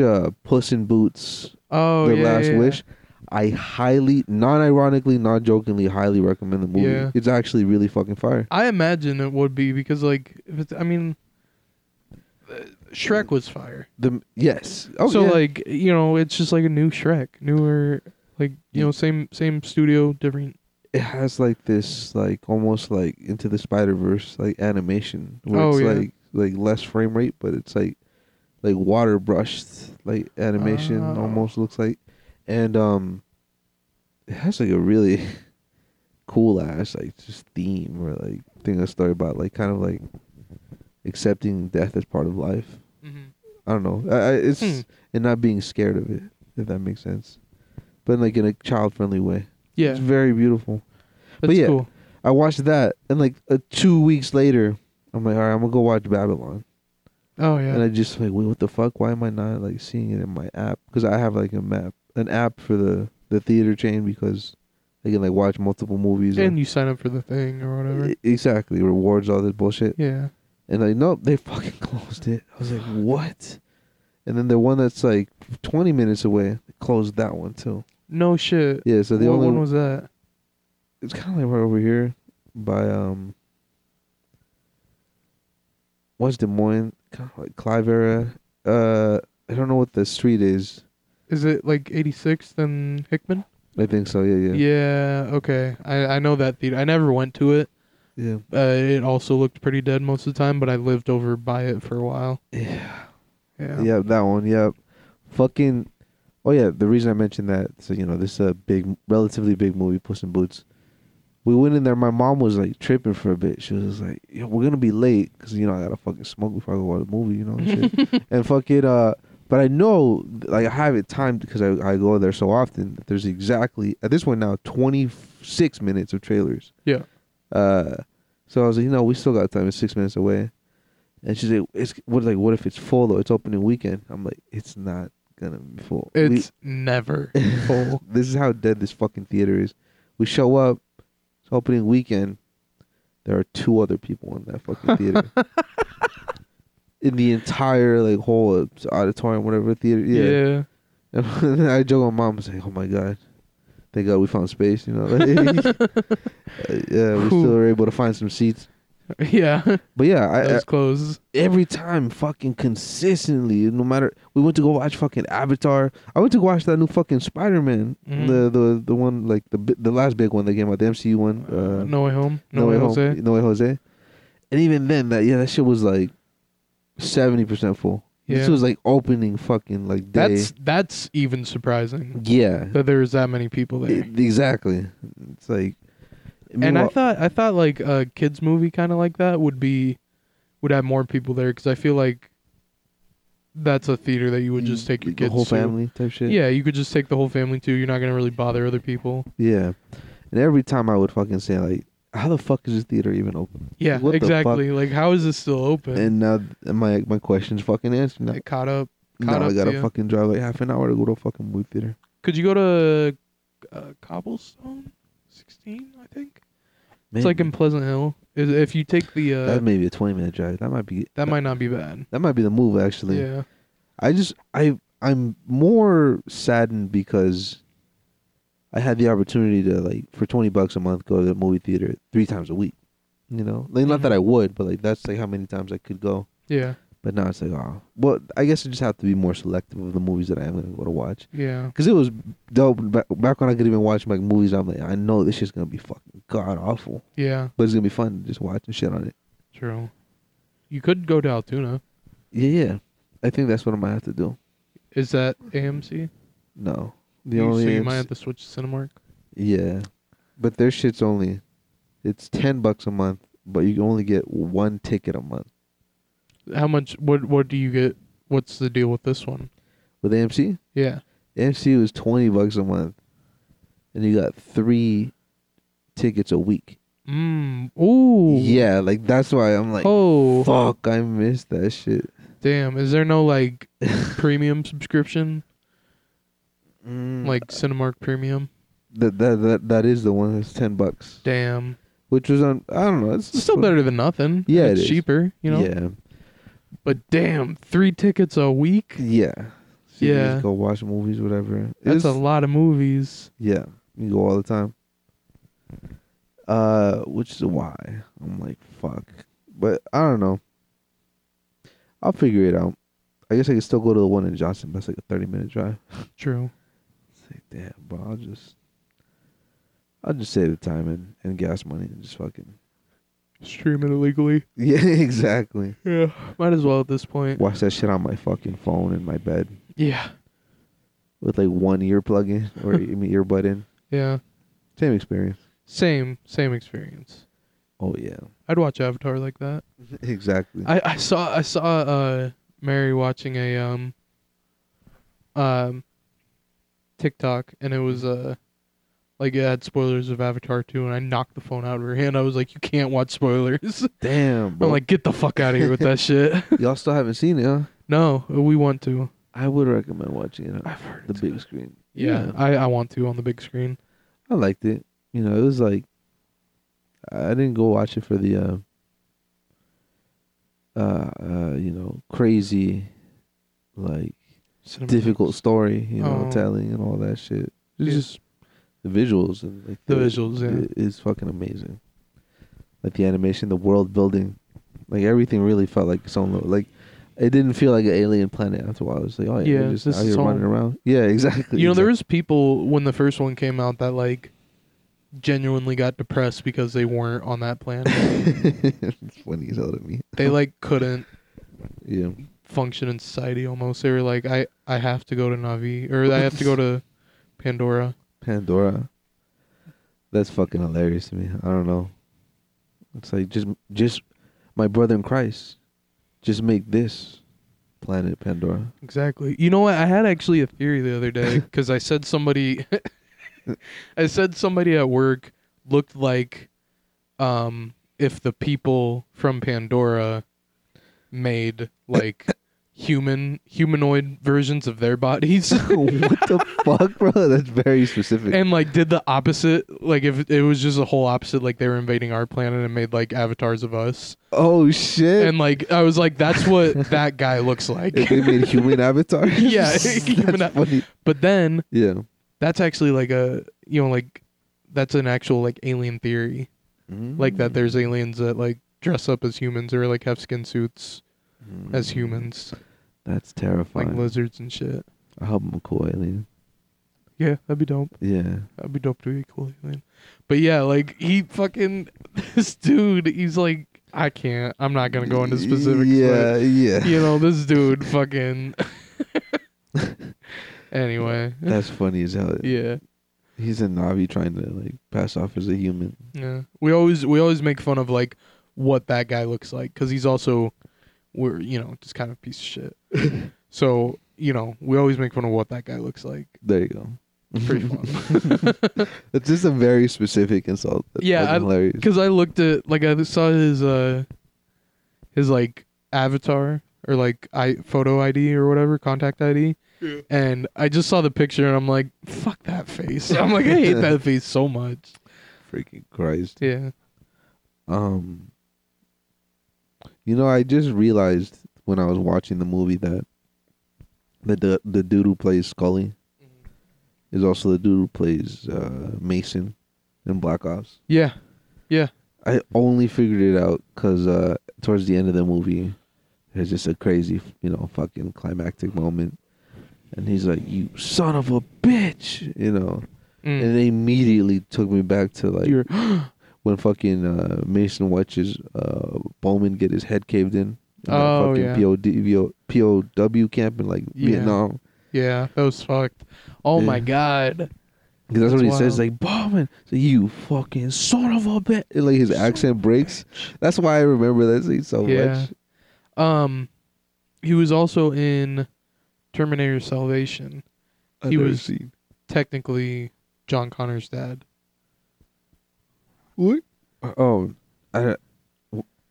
[SPEAKER 2] uh, Puss in Boots:
[SPEAKER 1] Oh
[SPEAKER 2] The
[SPEAKER 1] yeah.
[SPEAKER 2] Last
[SPEAKER 1] yeah, yeah.
[SPEAKER 2] Wish. I highly, non-ironically, non-jokingly, highly recommend the movie.
[SPEAKER 1] Yeah.
[SPEAKER 2] It's actually really fucking fire.
[SPEAKER 1] I imagine it would be because like if it's, I mean, uh, Shrek was fire.
[SPEAKER 2] The yes, oh
[SPEAKER 1] so
[SPEAKER 2] yeah.
[SPEAKER 1] like you know it's just like a new Shrek, newer like you know same same studio, different.
[SPEAKER 2] it has like this like almost like into the spider verse like animation where
[SPEAKER 1] Oh,
[SPEAKER 2] it's
[SPEAKER 1] yeah.
[SPEAKER 2] like like less frame rate but it's like like water brushed like animation
[SPEAKER 1] Oh.
[SPEAKER 2] almost looks like and um it has like a really cool ass like just theme or like thing a story about like kind of like accepting death as part of life i don't know I, I, it's
[SPEAKER 1] Hmm.
[SPEAKER 2] and not being scared of it if that makes sense but like in a child friendly way
[SPEAKER 1] Yeah,
[SPEAKER 2] it's
[SPEAKER 1] that's
[SPEAKER 2] very beautiful yeah.
[SPEAKER 1] cool.
[SPEAKER 2] I watched that, and like uh, two weeks later, I'm like, all right, I'm gonna go watch Babylon,
[SPEAKER 1] Oh
[SPEAKER 2] and
[SPEAKER 1] yeah,
[SPEAKER 2] I just like, wait, what the fuck? Why am I not like seeing it in my app? Because I have like a map, an app for the the theater chain because I can like watch multiple movies.
[SPEAKER 1] and you sign up for the thing or whatever.
[SPEAKER 2] E- exactly rewards all this bullshit,
[SPEAKER 1] yeah,
[SPEAKER 2] and like, nope, they fucking closed it. I was like, what? And then the one that's like 20 minutes away, they closed that one too.
[SPEAKER 1] no shit.
[SPEAKER 2] Yeah, so the
[SPEAKER 1] what
[SPEAKER 2] only
[SPEAKER 1] one was that?
[SPEAKER 2] it's kind of like right over here by um what's Des Moines kind of like Clive era uh I don't know what the street is
[SPEAKER 1] Is it like 86th and Hickman?
[SPEAKER 2] I think so yeah yeah
[SPEAKER 1] Yeah. okay. I I know that theater. I never went to it.
[SPEAKER 2] yeah
[SPEAKER 1] Uh, it also looked pretty dead most of the time, but I lived over by it for a while.
[SPEAKER 2] yeah,
[SPEAKER 1] Yeah.
[SPEAKER 2] yeah that one yeah fucking oh yeah the reason I mentioned that so you know this is a big relatively big movie Puss in Boots we went in there my mom was like tripping for a bit she was just like Yo, we're gonna be late because you know I gotta fucking smoke before I go watch the movie you know and shit. and fuck it. Uh, but I know, like, I have it timed because I, I go there so often. That there's exactly at this point now 26 minutes of trailers.
[SPEAKER 1] Yeah.
[SPEAKER 2] Uh, so I was like, you know, we still got time. It's six minutes away. And she's like, it's what like what if it's full though? It's opening weekend. I'm like, it's not gonna be full. We-
[SPEAKER 1] It's never full.
[SPEAKER 2] this is how dead this fucking theater is. We show up, it's opening weekend. There are two other people in that fucking theater. in the entire like whole uh, auditorium, whatever theater. Yeah.
[SPEAKER 1] yeah.
[SPEAKER 2] And I joke with mom, I was like, "Oh my god, thank God we found space." You know. like, uh, yeah, we
[SPEAKER 1] Whew.
[SPEAKER 2] still were able to find some seats.
[SPEAKER 1] yeah,
[SPEAKER 2] But yeah, I, I
[SPEAKER 1] those clothes.
[SPEAKER 2] every time fucking consistently, no matter we went to go watch fucking Avatar. I went to go watch that new fucking Spider Man,
[SPEAKER 1] Mhm.
[SPEAKER 2] the the the one like the bi- the last big one that came out, the MCU one. Uh,
[SPEAKER 1] no way home. No, way, Jose.
[SPEAKER 2] Home, no way, Jose. And even then, that yeah, that shit was like seventy percent full. This
[SPEAKER 1] Yeah.
[SPEAKER 2] was like opening fucking like day.
[SPEAKER 1] That's that's even surprising
[SPEAKER 2] yeah,
[SPEAKER 1] that there's that many people there.
[SPEAKER 2] It- exactly. It's like,
[SPEAKER 1] and I
[SPEAKER 2] meanwhile-
[SPEAKER 1] thought I thought like a kids movie kind of like that would be would have more people there because I feel like that's a theater that you would just take your
[SPEAKER 2] the
[SPEAKER 1] kids
[SPEAKER 2] whole
[SPEAKER 1] to.
[SPEAKER 2] family type shit.
[SPEAKER 1] Yeah, you could just take the whole family too. You're not gonna really bother other people.
[SPEAKER 2] yeah. And every time I would fucking say like, how the fuck is this theater even open?
[SPEAKER 1] Yeah,
[SPEAKER 2] What the fuck?
[SPEAKER 1] exactly. Like how is this still open?
[SPEAKER 2] And now th- my my question's fucking answered. Now,
[SPEAKER 1] it caught up. caught up
[SPEAKER 2] now I
[SPEAKER 1] to
[SPEAKER 2] gotta
[SPEAKER 1] you.
[SPEAKER 2] fucking drive like half an hour to go to a fucking movie theater.
[SPEAKER 1] Could you go to uh, Cobblestone 16? I think it's like in Pleasant Hill. Is- If you take the uh,
[SPEAKER 2] that may be a twenty minute drive. That might be
[SPEAKER 1] that might not be bad.
[SPEAKER 2] that might be the move actually.
[SPEAKER 1] Yeah.
[SPEAKER 2] I just I I'm more saddened because I had the opportunity to like for twenty bucks a month go to the movie theater three times a week. You know, like not that
[SPEAKER 1] Mm-hmm.
[SPEAKER 2] I would, but like that's like how many times I could go.
[SPEAKER 1] Yeah.
[SPEAKER 2] But now it's like, oh, well, I guess I just have to be more selective of the movies that I am gonna go to watch.
[SPEAKER 1] Yeah.
[SPEAKER 2] Cause it was dope ba- back when I could even watch like movies. I'm like, I know this shit's gonna be fucking god awful,
[SPEAKER 1] Yeah.
[SPEAKER 2] but it's gonna be fun just watching shit on it.
[SPEAKER 1] True. You could go to Altoona.
[SPEAKER 2] Yeah, yeah. I think that's what I might have to do.
[SPEAKER 1] Is that AMC?
[SPEAKER 2] No, the
[SPEAKER 1] You-
[SPEAKER 2] only
[SPEAKER 1] so you
[SPEAKER 2] ans-
[SPEAKER 1] might have to switch to Cinemark.
[SPEAKER 2] Yeah, but their shit's only it's ten bucks a month, but you can only get one ticket a month
[SPEAKER 1] How much? What? What do you get? What's the deal with this one?
[SPEAKER 2] with AMC.
[SPEAKER 1] Yeah.
[SPEAKER 2] AMC was twenty bucks a month, and you got three tickets a week.
[SPEAKER 1] Mm. Ooh.
[SPEAKER 2] Yeah, like that's why I'm like,
[SPEAKER 1] oh.
[SPEAKER 2] fuck, I missed that shit.
[SPEAKER 1] Damn. Is there no like premium subscription,
[SPEAKER 2] Mm,
[SPEAKER 1] like Cinemark Premium?
[SPEAKER 2] that that that that is the one that's ten bucks,
[SPEAKER 1] Damn.
[SPEAKER 2] which was on. I don't know. It's
[SPEAKER 1] It's still better than nothing.
[SPEAKER 2] Yeah,
[SPEAKER 1] It's
[SPEAKER 2] it is.
[SPEAKER 1] cheaper. You know.
[SPEAKER 2] Yeah,
[SPEAKER 1] But damn, three tickets a week.
[SPEAKER 2] yeah. So you can
[SPEAKER 1] Yeah.
[SPEAKER 2] just go watch movies, whatever.
[SPEAKER 1] That's
[SPEAKER 2] It's-
[SPEAKER 1] a lot of movies.
[SPEAKER 2] Yeah, you go all the time. Uh, which is why I'm like, fuck. But I don't know. I'll figure it out. I guess I can still go to the one in Johnson. That's like a 30 minute drive.
[SPEAKER 1] True.
[SPEAKER 2] It's like, damn, bro, I'll just, I'll just save the time and, and gas money and just fucking.
[SPEAKER 1] Stream it illegally.
[SPEAKER 2] Yeah, exactly.
[SPEAKER 1] Yeah. Might as well at this point.
[SPEAKER 2] Watch that shit on my fucking phone in my bed
[SPEAKER 1] Yeah.
[SPEAKER 2] with like one ear plug in or I mean, earbud in.
[SPEAKER 1] Yeah.
[SPEAKER 2] Same experience.
[SPEAKER 1] Same. Same experience.
[SPEAKER 2] Oh yeah,
[SPEAKER 1] I'd watch Avatar like that.
[SPEAKER 2] exactly.
[SPEAKER 1] I, I saw I saw uh Mary watching a um um TikTok and it was uh like it had spoilers of Avatar 2 and I knocked the phone out of her hand. I was like, You can't watch spoilers.
[SPEAKER 2] damn, bro.
[SPEAKER 1] I'm like, get the fuck out of here with that shit.
[SPEAKER 2] y'all still haven't seen it, huh?
[SPEAKER 1] No, we want to.
[SPEAKER 2] I would recommend watching it on
[SPEAKER 1] I've heard
[SPEAKER 2] the
[SPEAKER 1] it's
[SPEAKER 2] big
[SPEAKER 1] good.
[SPEAKER 2] screen.
[SPEAKER 1] Yeah, I, I want to on the big screen.
[SPEAKER 2] I liked it. You know, it was like I didn't go watch it for the uh, uh, uh you know crazy, like
[SPEAKER 1] Cinema-
[SPEAKER 2] difficult story, you know,
[SPEAKER 1] Oh.
[SPEAKER 2] telling and all that shit. It's
[SPEAKER 1] Yeah.
[SPEAKER 2] just the visuals and like
[SPEAKER 1] The visuals, yeah.
[SPEAKER 2] it is fucking amazing. Like the animation, the world building, like everything really felt like its own little like. It didn't feel like an alien planet after a while. It was like, oh yeah,
[SPEAKER 1] Yeah,
[SPEAKER 2] we're just
[SPEAKER 1] this
[SPEAKER 2] out
[SPEAKER 1] is
[SPEAKER 2] here
[SPEAKER 1] home.
[SPEAKER 2] running around. Yeah, exactly.
[SPEAKER 1] You know, there
[SPEAKER 2] exactly.
[SPEAKER 1] was people when the first one came out that like genuinely got depressed because they weren't on that planet.
[SPEAKER 2] it's funny as hell to me.
[SPEAKER 1] they like couldn't
[SPEAKER 2] Yeah.
[SPEAKER 1] function in society almost. They were like, I, I have to go to Navi or I have to go to Pandora.
[SPEAKER 2] Pandora. That's fucking hilarious to me. I don't know. It's like just just my brother in Christ. Just make this planet Pandora.
[SPEAKER 1] Exactly. You know what? I had actually a theory the other day because I said somebody, I said somebody at work looked like, um, if the people from Pandora made like human humanoid versions of their bodies.
[SPEAKER 2] what the fuck, bro? That's very specific.
[SPEAKER 1] and like did the opposite like if it was just a whole opposite like they were invading our planet and made like avatars of us
[SPEAKER 2] oh shit.
[SPEAKER 1] and like I was like, that's what that guy looks like.
[SPEAKER 2] If they made human avatars.
[SPEAKER 1] Yeah,
[SPEAKER 2] That's
[SPEAKER 1] human a-
[SPEAKER 2] funny.
[SPEAKER 1] but then
[SPEAKER 2] Yeah.
[SPEAKER 1] that's actually like a
[SPEAKER 2] Mm-hmm. Mm.
[SPEAKER 1] you know like that's an actual like alien theory, like that there's aliens that like dress up as humans or like have skin suits as
[SPEAKER 2] Mm,
[SPEAKER 1] humans,
[SPEAKER 2] That's terrifying.
[SPEAKER 1] like lizards and shit.
[SPEAKER 2] I hope I'm a cool alien.
[SPEAKER 1] Yeah, that'd be dope.
[SPEAKER 2] Yeah.
[SPEAKER 1] That'd be dope to be a cool alien. But yeah, like he fucking this dude, he's like, I can't. I'm not gonna go into specifics.
[SPEAKER 2] Yeah, yeah.
[SPEAKER 1] But, you know, this dude fucking. anyway.
[SPEAKER 2] That's funny as hell.
[SPEAKER 1] Yeah.
[SPEAKER 2] He's a Navi trying to like pass off as a human.
[SPEAKER 1] Yeah, we always we always make fun of like what that guy looks like because he's also we're you know just kind of a piece of shit. so you know we always make fun of what that guy looks like.
[SPEAKER 2] There you go.
[SPEAKER 1] It's pretty fun
[SPEAKER 2] It's just a very specific insult. That's
[SPEAKER 1] Yeah,
[SPEAKER 2] fucking
[SPEAKER 1] I-
[SPEAKER 2] hilarious.
[SPEAKER 1] because I looked at like I saw his uh his like avatar or like I photo ID or whatever contact ID.
[SPEAKER 2] Yeah.
[SPEAKER 1] And I just saw the picture and I'm like, fuck that face. I'm like, I hate that face so much.
[SPEAKER 2] Freaking Christ.
[SPEAKER 1] Yeah.
[SPEAKER 2] Um. You know, I just realized when I was watching the movie that the the, the dude who plays Scully
[SPEAKER 1] Mm-hmm.
[SPEAKER 2] is also the dude who plays uh, Mason in Black Ops.
[SPEAKER 1] Yeah.
[SPEAKER 2] I only figured it out because uh, towards the end of the movie, there's just a crazy, you know, fucking climactic moment, and he's like, "You son of a bitch," you know,
[SPEAKER 1] Mm.
[SPEAKER 2] and it immediately took me back to like
[SPEAKER 1] You're-
[SPEAKER 2] when fucking uh, Mason watches uh, Bowman get his head caved in. in that
[SPEAKER 1] Oh, yeah.
[SPEAKER 2] POD, POW camp in like
[SPEAKER 1] Yeah.
[SPEAKER 2] Vietnam.
[SPEAKER 1] Yeah, that was fucked. Oh my
[SPEAKER 2] Yeah.
[SPEAKER 1] god.
[SPEAKER 2] Because that's,
[SPEAKER 1] That's
[SPEAKER 2] what he
[SPEAKER 1] wild.
[SPEAKER 2] says, like Bowman, so you fucking son of a bitch. And, like his accent breaks. That's why I remember that scene so
[SPEAKER 1] Yeah.
[SPEAKER 2] much.
[SPEAKER 1] Um he was also in Terminator Salvation,
[SPEAKER 2] I've
[SPEAKER 1] He
[SPEAKER 2] never
[SPEAKER 1] was-
[SPEAKER 2] seen.
[SPEAKER 1] technically John Connor's dad.
[SPEAKER 2] what? Oh, I,
[SPEAKER 1] Have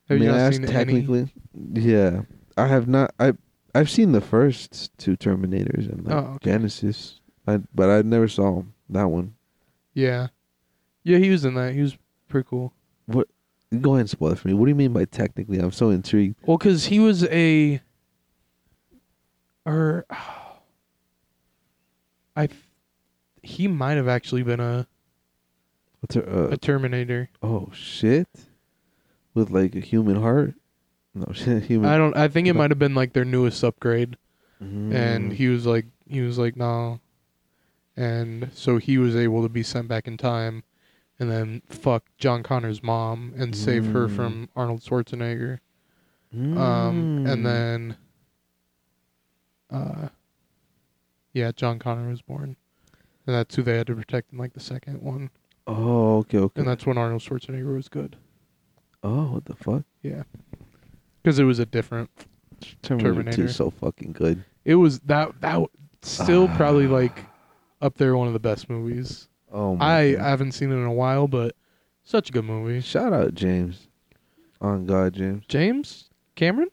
[SPEAKER 2] may
[SPEAKER 1] you
[SPEAKER 2] I
[SPEAKER 1] not
[SPEAKER 2] ask
[SPEAKER 1] seen any?
[SPEAKER 2] technically? Yeah, I have not. I I've seen the first two Terminators and like
[SPEAKER 1] Oh, okay.
[SPEAKER 2] Genesis, I, but I never saw that one.
[SPEAKER 1] Yeah. Yeah, he was in that. He was pretty cool.
[SPEAKER 2] Go ahead and spoil it for me. What do you mean by technically? I'm so intrigued.
[SPEAKER 1] Well, cuz he was a or I th- he might have actually been a,
[SPEAKER 2] What's her, uh,
[SPEAKER 1] a Terminator.
[SPEAKER 2] oh shit, with like a human heart? No shit, human.
[SPEAKER 1] I don't I think it might have been like their newest upgrade. and
[SPEAKER 2] Mm.
[SPEAKER 1] he was like he was like no and so he was able to be sent back in time and then fuck john connor's mom and save her
[SPEAKER 2] Mm.
[SPEAKER 1] from arnold schwarzenegger um and
[SPEAKER 2] Mm.
[SPEAKER 1] then uh yeah john connor was born and that's who they had to protect in like the second one
[SPEAKER 2] oh okay okay
[SPEAKER 1] and that's when arnold schwarzenegger was good
[SPEAKER 2] oh what the fuck
[SPEAKER 1] yeah because it was a different
[SPEAKER 2] Terminator, Two
[SPEAKER 1] Terminator.
[SPEAKER 2] is so fucking good.
[SPEAKER 1] it was that that w- still probably
[SPEAKER 2] Ah.
[SPEAKER 1] like up there one of the best movies
[SPEAKER 2] Oh my
[SPEAKER 1] I,
[SPEAKER 2] God.
[SPEAKER 1] I haven't seen it in a while, but such a good movie.
[SPEAKER 2] Shout out James. On God, James.
[SPEAKER 1] James Cameron?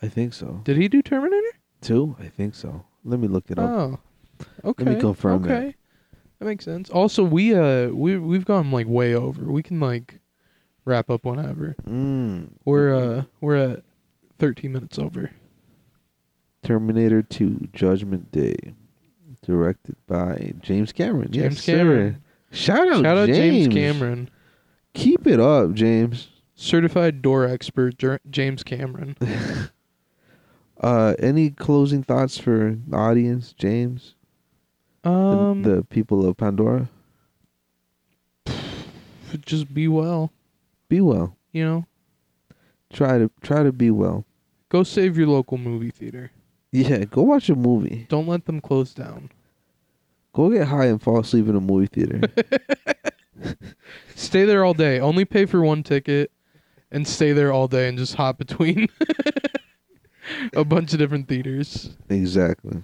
[SPEAKER 2] I think so.
[SPEAKER 1] Did he do Terminator?
[SPEAKER 2] Two? I think so. Let me look it up.
[SPEAKER 1] Oh. Okay.
[SPEAKER 2] confirm that.
[SPEAKER 1] okay. That makes sense. Also, we uh we we've gone like way over. We can like wrap up whenever.
[SPEAKER 2] Mm.
[SPEAKER 1] Oh. We're uh we're at 13 minutes over.
[SPEAKER 2] Terminator 2 Judgment Day. Directed by James Cameron.
[SPEAKER 1] James
[SPEAKER 2] yes, sir.
[SPEAKER 1] Cameron.
[SPEAKER 2] Shout out,
[SPEAKER 1] Shout out
[SPEAKER 2] James.
[SPEAKER 1] James. Cameron.
[SPEAKER 2] Keep it up, James.
[SPEAKER 1] Certified door expert Jer- James Cameron.
[SPEAKER 2] Uh, any closing thoughts for the audience, James? The,
[SPEAKER 1] Um
[SPEAKER 2] the people of Pandora?
[SPEAKER 1] just be well,
[SPEAKER 2] Be well.
[SPEAKER 1] you know.
[SPEAKER 2] Try to try to be well.
[SPEAKER 1] Go save your local movie theater.
[SPEAKER 2] Yeah, go watch a movie.
[SPEAKER 1] Don't let them close down.
[SPEAKER 2] Go get high and fall asleep in a movie theater.
[SPEAKER 1] stay there all day. Only pay for one ticket and stay there all day and just hop between a bunch of different theaters.
[SPEAKER 2] exactly.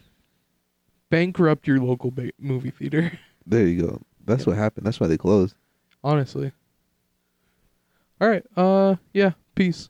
[SPEAKER 1] Bankrupt your local ba- movie theater,
[SPEAKER 2] There you go. That's what happened. That's why they closed.
[SPEAKER 1] honestly. All right. Uh yeah, peace.